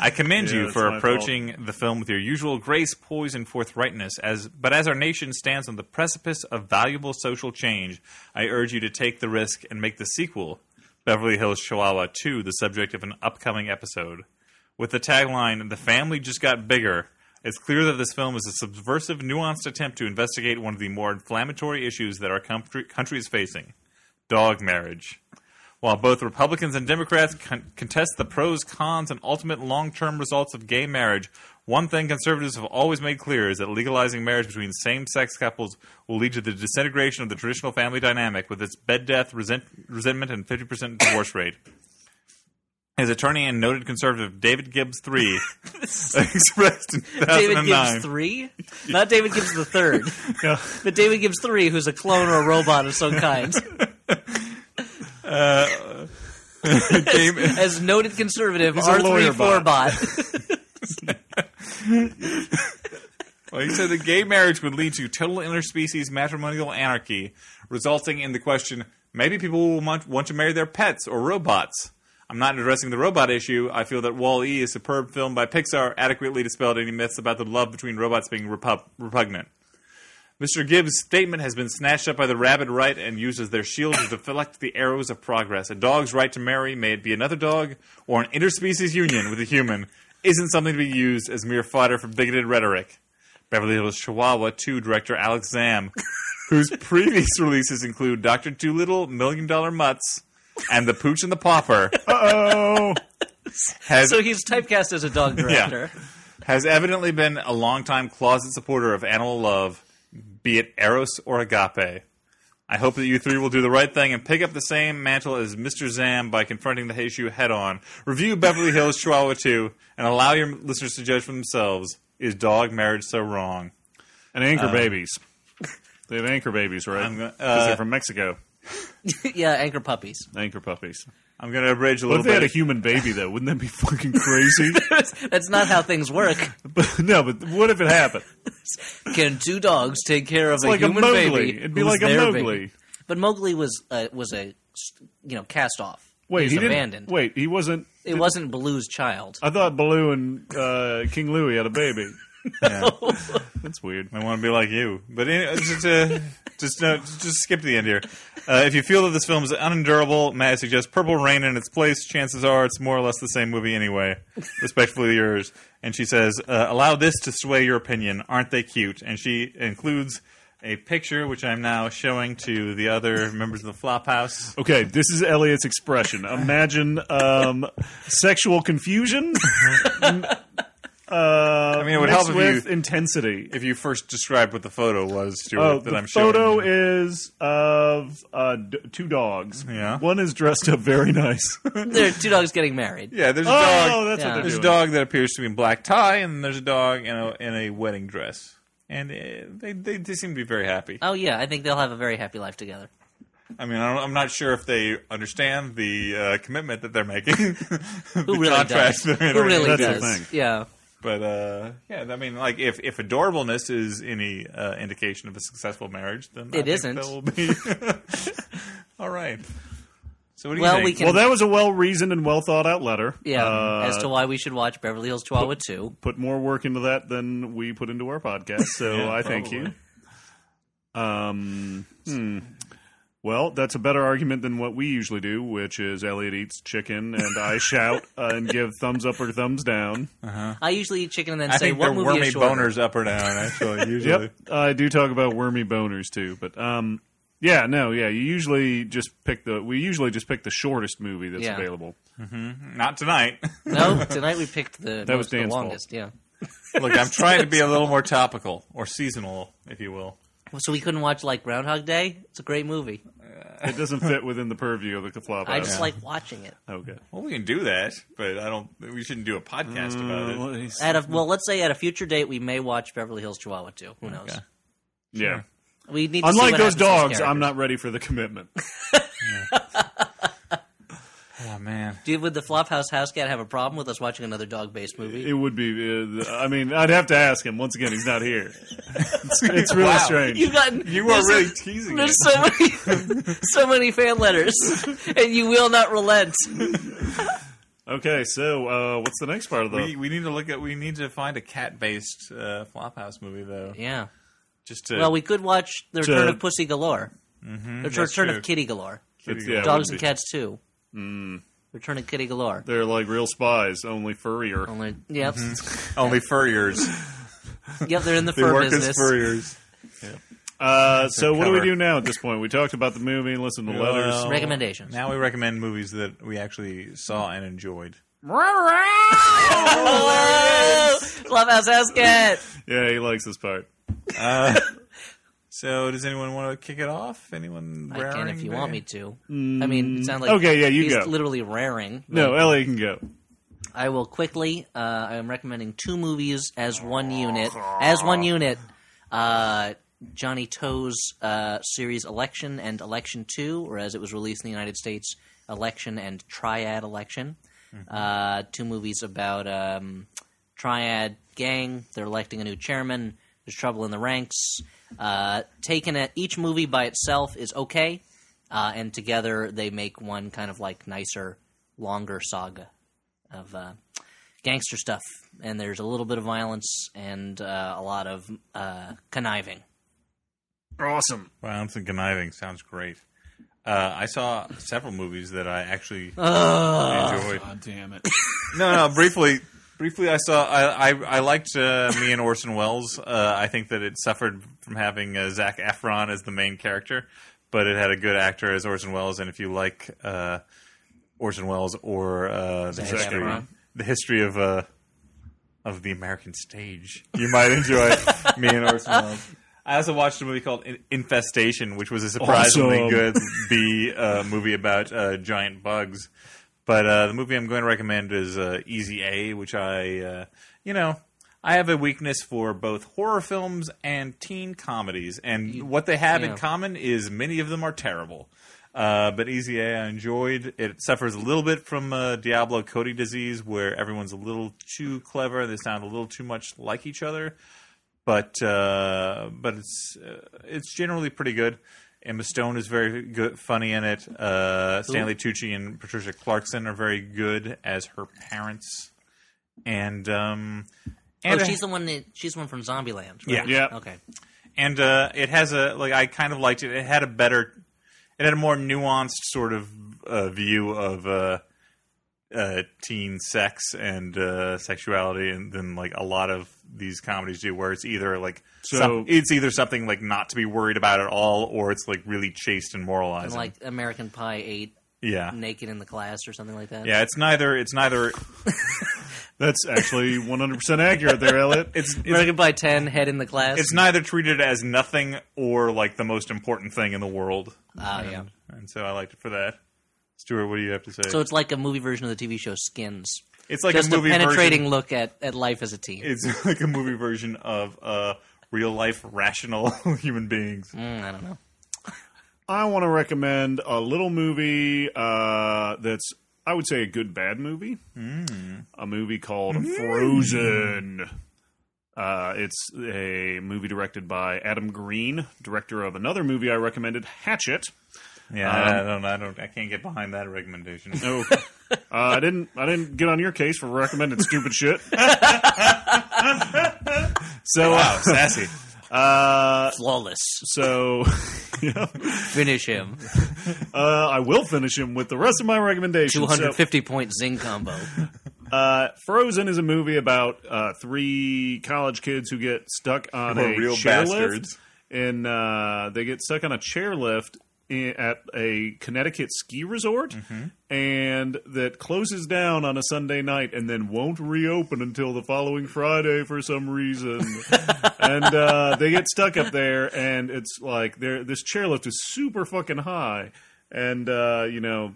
[SPEAKER 2] I commend
[SPEAKER 3] Yeah,
[SPEAKER 2] you
[SPEAKER 3] that's
[SPEAKER 2] for
[SPEAKER 3] my
[SPEAKER 2] approaching the film with your usual grace, poise, and forthrightness. As but as our nation stands on the precipice of valuable social change, I urge you to take the risk and make the sequel, Beverly Hills Chihuahua 2, the subject of an upcoming episode. With the tagline, "The family just got bigger." It's clear that this film is a subversive, nuanced attempt to investigate one of the more inflammatory issues that our country, country is facing: dog marriage. While both Republicans and Democrats con- contest the pros, cons, and ultimate long term results of gay marriage, one thing conservatives have always made clear is that legalizing marriage between same sex couples will lead to the disintegration of the traditional family dynamic with its bed death, resent- resentment, and 50% divorce rate. His attorney and noted conservative David Gibbs
[SPEAKER 4] <laughs>
[SPEAKER 2] III <laughs> expressed in 2009.
[SPEAKER 4] David Gibbs three, not David Gibbs the third,
[SPEAKER 3] <laughs> Yeah.
[SPEAKER 4] but David Gibbs three, who's a clone or a robot of some
[SPEAKER 3] <laughs>
[SPEAKER 4] kind.
[SPEAKER 2] Dave-
[SPEAKER 4] As noted conservative,
[SPEAKER 3] a
[SPEAKER 4] R three
[SPEAKER 3] lawyer
[SPEAKER 4] four
[SPEAKER 3] bot.
[SPEAKER 4] bot.
[SPEAKER 2] Well, he said that gay marriage would lead to total interspecies matrimonial anarchy, resulting in the question maybe people will want, want to marry their pets or robots. I'm not addressing the robot issue. I feel that Wall E, a superb film by Pixar, adequately dispelled any myths about the love between robots being repub- repugnant. Mr. Gibbs' statement has been snatched up by the rabid right and used as their shield to deflect the arrows of progress. A dog's right to marry, may it be another dog or an interspecies union with a human, isn't something to be used as mere fodder for bigoted rhetoric. Beverly Hills Chihuahua 2 director Alex Zam, whose previous releases include Dr. Doolittle, Million Dollar Mutts, and The Pooch and the Pauper,
[SPEAKER 3] Oh,
[SPEAKER 2] has
[SPEAKER 4] So he's typecast as a
[SPEAKER 3] <laughs>
[SPEAKER 4] dog director. <laughs>
[SPEAKER 2] has evidently been a longtime closet supporter of animal love, be it Eros or Agape. I hope that you three will do the right thing and pick up the same mantle as Mr. Zam by confronting the issue head on. Review Beverly Hills Chihuahua 2 and allow your listeners to judge for themselves. Is dog marriage so wrong?
[SPEAKER 3] And anchor
[SPEAKER 4] Uh,
[SPEAKER 3] babies. They have anchor babies, right?
[SPEAKER 2] I'm gonna-
[SPEAKER 3] Because
[SPEAKER 4] uh,
[SPEAKER 3] they're from Mexico.
[SPEAKER 4] yeah, anchor puppies.
[SPEAKER 3] Anchor puppies.
[SPEAKER 2] I'm going to abridge a
[SPEAKER 3] What
[SPEAKER 2] little
[SPEAKER 3] if they had a
[SPEAKER 2] bit.
[SPEAKER 3] human baby though? Wouldn't that be fucking <laughs> crazy?
[SPEAKER 4] <laughs> That's not how things work.
[SPEAKER 3] but no, but what if it happened?
[SPEAKER 4] Can two dogs take care of
[SPEAKER 3] It's like a
[SPEAKER 4] human
[SPEAKER 3] Mowgli.
[SPEAKER 4] baby?
[SPEAKER 3] It'd be
[SPEAKER 4] who's
[SPEAKER 3] like a
[SPEAKER 4] their
[SPEAKER 3] Mowgli.
[SPEAKER 4] baby? But Mowgli was uh, was a you know cast off.
[SPEAKER 3] Wait,
[SPEAKER 4] was
[SPEAKER 3] he didn't.
[SPEAKER 4] abandoned.
[SPEAKER 3] Wait, he wasn't.
[SPEAKER 4] It wasn't Baloo's
[SPEAKER 3] <laughs>
[SPEAKER 4] child.
[SPEAKER 3] I thought Baloo and uh, King Louie had a baby.
[SPEAKER 2] <laughs> Yeah.
[SPEAKER 3] <laughs> That's weird.
[SPEAKER 2] I want to be like you. But anyway, just, uh, <laughs> just, no, just skip to the end here. Uh, if you feel that this film is unendurable, may I suggest Purple Rain in its place? Chances are it's more or less the same movie
[SPEAKER 3] <laughs>
[SPEAKER 2] anyway. Respectfully yours. And she says, uh, allow this to sway your opinion. Aren't they cute? And she includes a picture, which I'm now showing to the other members of the Flophouse.
[SPEAKER 3] Okay, this is Elliot's expression. Imagine um,
[SPEAKER 2] <laughs>
[SPEAKER 3] sexual confusion. uh, I
[SPEAKER 2] mean, it would help if
[SPEAKER 3] with
[SPEAKER 2] you-
[SPEAKER 3] intensity.
[SPEAKER 2] If you first described what the photo was, Stuart,
[SPEAKER 3] Oh,
[SPEAKER 2] that
[SPEAKER 3] the
[SPEAKER 2] I'm showing.
[SPEAKER 3] photo
[SPEAKER 2] you.
[SPEAKER 3] is of uh, d- two dogs.
[SPEAKER 2] Yeah.
[SPEAKER 3] one is dressed up very nice.
[SPEAKER 4] There are two dogs getting married.
[SPEAKER 2] yeah, there's a dog.
[SPEAKER 3] oh, that's
[SPEAKER 4] Yeah.
[SPEAKER 3] what they're
[SPEAKER 2] There's
[SPEAKER 3] doing.
[SPEAKER 2] a dog that appears to be in black tie, and there's a dog in a, in a wedding dress, and uh, they, they they seem to be very happy.
[SPEAKER 4] Oh yeah, I think they'll have a very happy life together.
[SPEAKER 2] I mean, I don't, I'm not sure if they understand the uh, commitment that they're making, <laughs> the
[SPEAKER 4] Who really
[SPEAKER 2] contract
[SPEAKER 4] does?
[SPEAKER 3] <laughs>
[SPEAKER 2] they're
[SPEAKER 4] Who really
[SPEAKER 2] entering.
[SPEAKER 3] That's the
[SPEAKER 4] does?
[SPEAKER 3] thing.
[SPEAKER 4] Yeah.
[SPEAKER 2] But uh, yeah, I mean, like if if adorableness is any uh, indication of a successful marriage, then I
[SPEAKER 4] It
[SPEAKER 2] think
[SPEAKER 4] isn't.
[SPEAKER 2] That will be <laughs> all right. So what do you
[SPEAKER 4] Well,
[SPEAKER 2] think?
[SPEAKER 4] we can-
[SPEAKER 3] Well, that was a well reasoned and well thought out letter.
[SPEAKER 4] Yeah,
[SPEAKER 3] Uh,
[SPEAKER 4] as to why we should watch Beverly Hills Chihuahua 2.
[SPEAKER 3] put more work into that than we put into our
[SPEAKER 4] <laughs>
[SPEAKER 3] podcast. So
[SPEAKER 2] Yeah,
[SPEAKER 3] I thank
[SPEAKER 2] probably.
[SPEAKER 3] you. Um, hmm. Well, that's a better argument than what we usually do, which is Elliot eats chicken
[SPEAKER 4] <laughs>
[SPEAKER 3] and I shout uh, and give thumbs up or thumbs down.
[SPEAKER 4] I usually eat chicken and then
[SPEAKER 2] I
[SPEAKER 4] say,
[SPEAKER 2] think
[SPEAKER 4] what
[SPEAKER 2] they're
[SPEAKER 4] movie
[SPEAKER 2] wormy
[SPEAKER 4] is shorter?
[SPEAKER 2] boners up or down.
[SPEAKER 4] <laughs>
[SPEAKER 2] Actually, usually.
[SPEAKER 3] Yep, I do talk about wormy boners too, but um, yeah, no, yeah, you usually just pick the we usually just pick the shortest movie that's
[SPEAKER 4] Yeah. <laughs>
[SPEAKER 3] available.
[SPEAKER 2] Not tonight.
[SPEAKER 4] No, tonight we picked the,
[SPEAKER 3] That was
[SPEAKER 4] most- the
[SPEAKER 3] Dan's fault.
[SPEAKER 4] longest. Yeah.
[SPEAKER 2] Look, I'm trying to be
[SPEAKER 4] <laughs>
[SPEAKER 2] a little more topical or seasonal, if you will.
[SPEAKER 4] Well, So we couldn't watch, like, Groundhog Day? It's a great movie.
[SPEAKER 3] It doesn't fit within the purview of the flop.
[SPEAKER 4] I just like watching it.
[SPEAKER 3] okay.
[SPEAKER 2] Well, we can do that, but I don't. We shouldn't do a podcast about it.
[SPEAKER 4] At a, Mm, well, let's say at a future date we may watch Beverly Hills Chihuahua 2. Who knows?
[SPEAKER 2] Okay.
[SPEAKER 3] Yeah.
[SPEAKER 4] We need to see
[SPEAKER 3] Unlike
[SPEAKER 4] what happens
[SPEAKER 3] those
[SPEAKER 4] to those
[SPEAKER 3] dogs, I'm
[SPEAKER 4] characters.
[SPEAKER 3] not ready for the commitment.
[SPEAKER 2] Oh man,
[SPEAKER 4] Dude, would the Flophouse house cat have a problem with us watching another dog-based movie?
[SPEAKER 3] It would be. Uh, th- I mean, I'd have to ask him. Once again, he's not here. It's, it's really
[SPEAKER 2] Wow.
[SPEAKER 3] strange.
[SPEAKER 4] you got
[SPEAKER 2] you are
[SPEAKER 4] there's-
[SPEAKER 2] really teasing it.
[SPEAKER 4] There's so many, <laughs> so many fan letters, <laughs> and you will not relent.
[SPEAKER 3] Okay, so uh, what's the next part of the?
[SPEAKER 2] We, we need to look at. We need to find a cat-based uh, flophouse movie, though.
[SPEAKER 4] Yeah.
[SPEAKER 2] Just to
[SPEAKER 4] Well, we could watch The Return
[SPEAKER 3] To-
[SPEAKER 4] of Pussy Galore. Mm-hmm, the Return
[SPEAKER 2] that's true.
[SPEAKER 4] of Kitty Galore.
[SPEAKER 3] it's- yeah, it
[SPEAKER 4] Dogs and
[SPEAKER 3] would be.
[SPEAKER 4] Cats too. Return of Kitty Galore.
[SPEAKER 3] They're like real spies, only furrier.
[SPEAKER 4] Only, yep,
[SPEAKER 2] only furriers.
[SPEAKER 4] yep, they're in the
[SPEAKER 2] They
[SPEAKER 4] <laughs> fur
[SPEAKER 2] work
[SPEAKER 4] business.
[SPEAKER 2] as furriers.
[SPEAKER 3] Uh, so what do we
[SPEAKER 2] cover.
[SPEAKER 3] do now at this point? We talked about the movie and listened to
[SPEAKER 2] Well,
[SPEAKER 3] letters.
[SPEAKER 4] Recommendations.
[SPEAKER 2] Now we recommend movies that we actually saw and
[SPEAKER 4] <laughs>
[SPEAKER 2] enjoyed.
[SPEAKER 4] Oh, Clubhouse House Cat.
[SPEAKER 3] Yeah, he likes this part.
[SPEAKER 2] Uh, So, does anyone want to kick it off? Anyone?
[SPEAKER 4] I can
[SPEAKER 2] raring
[SPEAKER 4] if you
[SPEAKER 2] to-
[SPEAKER 4] want me to. I mean, it sounds like
[SPEAKER 3] okay, yeah, you
[SPEAKER 4] he's
[SPEAKER 3] go.
[SPEAKER 4] literally raring.
[SPEAKER 3] No, Ellie can go.
[SPEAKER 4] I will quickly. Uh, I am recommending two movies as one unit. As one unit, uh, Johnny Toe's uh, series Election and Election Two, or as it was released in the United States, Election and Triad Election. Uh, two movies about um, Triad gang. They're electing a new chairman. There's trouble in the ranks. Uh, taken at each movie by itself is okay, uh, and together they make one kind of like nicer, longer saga of uh, gangster stuff, and there's a little bit of violence and uh, a lot of uh, conniving.
[SPEAKER 3] Awesome.
[SPEAKER 2] Violence and conniving sounds great. Uh, I saw several movies that I actually enjoyed.
[SPEAKER 3] God damn it.
[SPEAKER 2] <laughs> No, no. Briefly, briefly, I saw. I I, I liked uh, me and Orson Welles. Uh, I think that it suffered from having uh, Zach Efron as the main character, but it had a good actor as Orson Welles. And if you like uh, Orson Welles or uh, the
[SPEAKER 4] Zac
[SPEAKER 2] history,
[SPEAKER 4] Efron.
[SPEAKER 2] the history of uh, of the American stage, you might enjoy me and Orson Welles. I also watched a movie called In- Infestation, which was a surprisingly
[SPEAKER 3] Awesome.
[SPEAKER 2] good B uh, movie about uh, giant bugs. But uh, the movie I'm going to recommend is uh, Easy A, which I, uh, you know, I have a weakness for both horror films and teen comedies, and what they have
[SPEAKER 4] yeah.
[SPEAKER 2] in common is many of them are terrible. Uh, but Easy A, I enjoyed. It suffers a little bit from uh, Diablo Cody disease, where everyone's a little too clever. They sound a little too much like each other but uh, but it's uh, it's generally pretty good. Emma Stone is very good, funny in it. Uh, Stanley Tucci and Patricia Clarkson are very good as her parents, and um,
[SPEAKER 4] Oh,
[SPEAKER 2] and
[SPEAKER 4] she's the one. That, she's the one from Zombieland. Right?
[SPEAKER 3] Yeah. Yeah.
[SPEAKER 4] Okay.
[SPEAKER 2] and uh, it has a like I kind of liked it. It had a better, it had a more nuanced sort of uh, view of uh, uh, teen sex and uh, sexuality, and than like a lot of these comedies do, where it's either like
[SPEAKER 3] So-
[SPEAKER 2] some- it's either something like not to be worried about at all, or it's like really chaste and moralizing.
[SPEAKER 4] And like American Pie ate
[SPEAKER 2] yeah,
[SPEAKER 4] naked in the class or something like that.
[SPEAKER 2] yeah, it's neither. It's neither.
[SPEAKER 3] That's actually 100% accurate there, Elliot.
[SPEAKER 2] It's it's,
[SPEAKER 4] American Pie ten head in the class.
[SPEAKER 2] it's neither treated as nothing or like the most important thing in the world.
[SPEAKER 4] Ah, yeah.
[SPEAKER 2] And so I liked it for that. Stuart, what do you have to say?
[SPEAKER 4] So it's like a movie version of the TV show Skins.
[SPEAKER 2] It's like
[SPEAKER 4] Just
[SPEAKER 2] a movie
[SPEAKER 4] penetrating
[SPEAKER 2] version.
[SPEAKER 4] look at, at life as a teen.
[SPEAKER 2] It's <laughs> like a movie version of uh, real life rational <laughs> human beings.
[SPEAKER 4] Mm, I don't know.
[SPEAKER 3] I want to recommend a little movie uh, that's, I would say, a good bad movie.
[SPEAKER 4] Hmm.
[SPEAKER 3] A movie called Frozen. Uh, it's a movie directed by Adam Green, director of another movie I recommended, Hatchet.
[SPEAKER 2] Yeah, I I don't, I don't, I can't get behind that <laughs> recommendation.
[SPEAKER 4] <laughs>
[SPEAKER 3] Oh, uh, I didn't. I didn't get on your case for recommending
[SPEAKER 4] <laughs>
[SPEAKER 3] stupid shit. so, uh,
[SPEAKER 2] wow, <laughs> sassy. Uh,
[SPEAKER 4] Flawless.
[SPEAKER 3] so yeah.
[SPEAKER 2] <laughs>
[SPEAKER 4] Finish him.
[SPEAKER 3] uh, I will finish him with the rest of my recommendation.
[SPEAKER 4] Two hundred fifty point zing combo.
[SPEAKER 3] Uh, Frozen is a movie about uh, three college kids who get stuck on
[SPEAKER 2] Who are
[SPEAKER 3] a
[SPEAKER 2] real
[SPEAKER 3] chairlift,
[SPEAKER 2] bastards.
[SPEAKER 3] and uh, they get stuck on a chairlift i- at a Connecticut ski resort,
[SPEAKER 2] Mm-hmm.
[SPEAKER 3] and that closes down on a Sunday night, and then won't reopen until the following Friday for
[SPEAKER 2] <laughs>
[SPEAKER 3] some reason. and uh, they get stuck up there, and it's like they're, this chairlift is super fucking high, and uh, you know.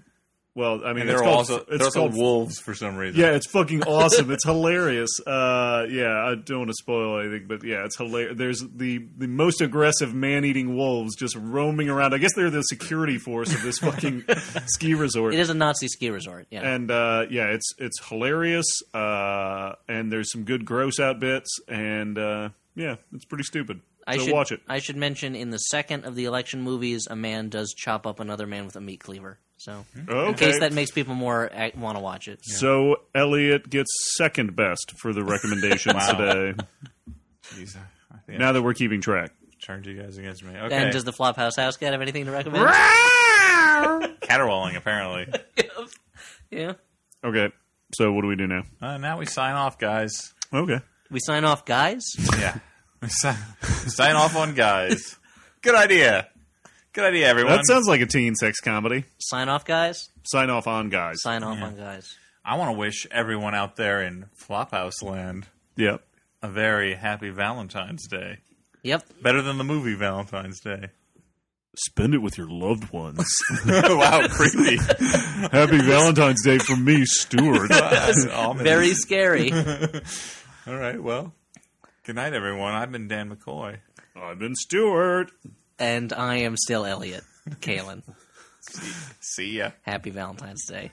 [SPEAKER 3] Well, I mean,
[SPEAKER 2] And
[SPEAKER 3] it's
[SPEAKER 2] they're
[SPEAKER 3] called,
[SPEAKER 2] also
[SPEAKER 3] it's
[SPEAKER 2] they're also
[SPEAKER 3] called
[SPEAKER 2] wolves for some reason.
[SPEAKER 3] yeah, it's fucking awesome. it's hilarious. Uh, yeah, I don't want to spoil anything, but yeah, it's hilarious. There's the the most aggressive man eating wolves just roaming around. I guess they're the security force of this
[SPEAKER 4] <laughs>
[SPEAKER 3] fucking ski resort.
[SPEAKER 4] It is a Nazi ski resort. Yeah.
[SPEAKER 3] And uh, yeah, it's it's hilarious. Uh, and there's some good gross out bits. And uh, yeah, it's pretty stupid.
[SPEAKER 4] I
[SPEAKER 3] so
[SPEAKER 4] should
[SPEAKER 3] watch it.
[SPEAKER 4] I should mention in the second of the election movies, a man does chop up another man with a meat cleaver. So
[SPEAKER 3] Hmm. Okay.
[SPEAKER 4] in case that makes people more want to watch it.
[SPEAKER 3] so Elliot gets second best for the recommendations
[SPEAKER 2] Wow.
[SPEAKER 3] today.
[SPEAKER 2] Jeez, I think I
[SPEAKER 3] Now that we're keeping track.
[SPEAKER 2] turned you guys against me. Okay, <laughs>
[SPEAKER 4] And does the Flophouse House cat have anything to recommend?
[SPEAKER 2] caterwauling apparently.
[SPEAKER 4] yeah.
[SPEAKER 3] Okay. So what do we do now?
[SPEAKER 2] Uh, now we sign off, guys.
[SPEAKER 3] Okay.
[SPEAKER 4] We sign off, guys.
[SPEAKER 2] Yeah, <laughs> We sign, sign off on guys. <laughs> Good idea. Good idea, everyone.
[SPEAKER 3] That sounds like a teen sex comedy.
[SPEAKER 4] sign off, guys.
[SPEAKER 3] Sign off on, guys.
[SPEAKER 4] Sign off on guys.
[SPEAKER 2] I want to wish everyone out there in Flophouse Land
[SPEAKER 3] yep.
[SPEAKER 2] a very happy Valentine's Day.
[SPEAKER 4] Yep.
[SPEAKER 2] Better than the movie Valentine's Day. <laughs>
[SPEAKER 3] Spend it with your loved <laughs> ones.
[SPEAKER 2] wow, creepy.
[SPEAKER 3] Happy Valentine's Day from me, Stuart.
[SPEAKER 2] <laughs>
[SPEAKER 4] Very scary.
[SPEAKER 2] All right, well, good night, everyone. I've been Dan McCoy.
[SPEAKER 3] <laughs> I've been Stuart.
[SPEAKER 4] and I am still Elliot. Kalen.
[SPEAKER 2] See ya.
[SPEAKER 4] Happy Valentine's Day.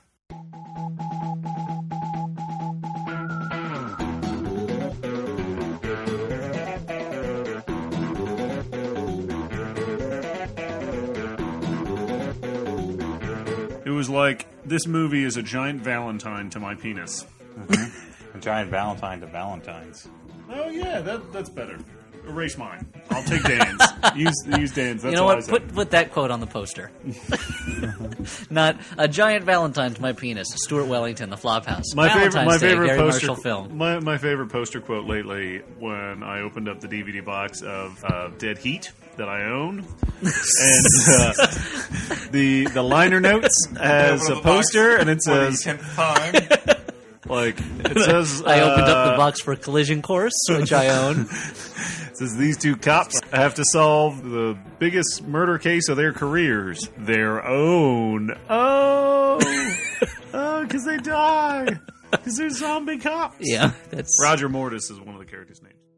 [SPEAKER 3] It was like this movie is a giant Valentine to my penis.
[SPEAKER 2] giant Valentine to Valentine's.
[SPEAKER 3] Oh yeah, that, that's better. Erase mine. I'll
[SPEAKER 4] <laughs>
[SPEAKER 3] take Dan's. use use Dan's. That's
[SPEAKER 4] you know
[SPEAKER 3] all I
[SPEAKER 4] what?
[SPEAKER 3] said.
[SPEAKER 4] Put put that quote on the poster. Not a giant Valentine to my penis. Stuart Wellington, The Flophouse.
[SPEAKER 3] my
[SPEAKER 4] Valentine's
[SPEAKER 3] favorite, my
[SPEAKER 4] Day,
[SPEAKER 3] favorite
[SPEAKER 4] Gary
[SPEAKER 3] poster,
[SPEAKER 4] Marshall film.
[SPEAKER 3] My, my favorite poster quote lately when I opened up the DVD box of uh, Dead Heat that
[SPEAKER 4] <laughs>
[SPEAKER 3] I own, and uh, the the
[SPEAKER 4] <laughs>
[SPEAKER 3] liner notes has a
[SPEAKER 2] Open up the box.
[SPEAKER 3] poster, and it
[SPEAKER 2] For the
[SPEAKER 3] says
[SPEAKER 2] tenth time.
[SPEAKER 3] like it says
[SPEAKER 4] <laughs> I opened up the
[SPEAKER 3] uh,
[SPEAKER 4] box for Collision Course, which I own.
[SPEAKER 3] says these two cops have to solve the biggest murder case of their careers, their own.
[SPEAKER 4] <laughs>
[SPEAKER 3] Oh, oh, because they die, because they're zombie cops.
[SPEAKER 4] Yeah, that's
[SPEAKER 3] Roger Mortis is one of the characters' names.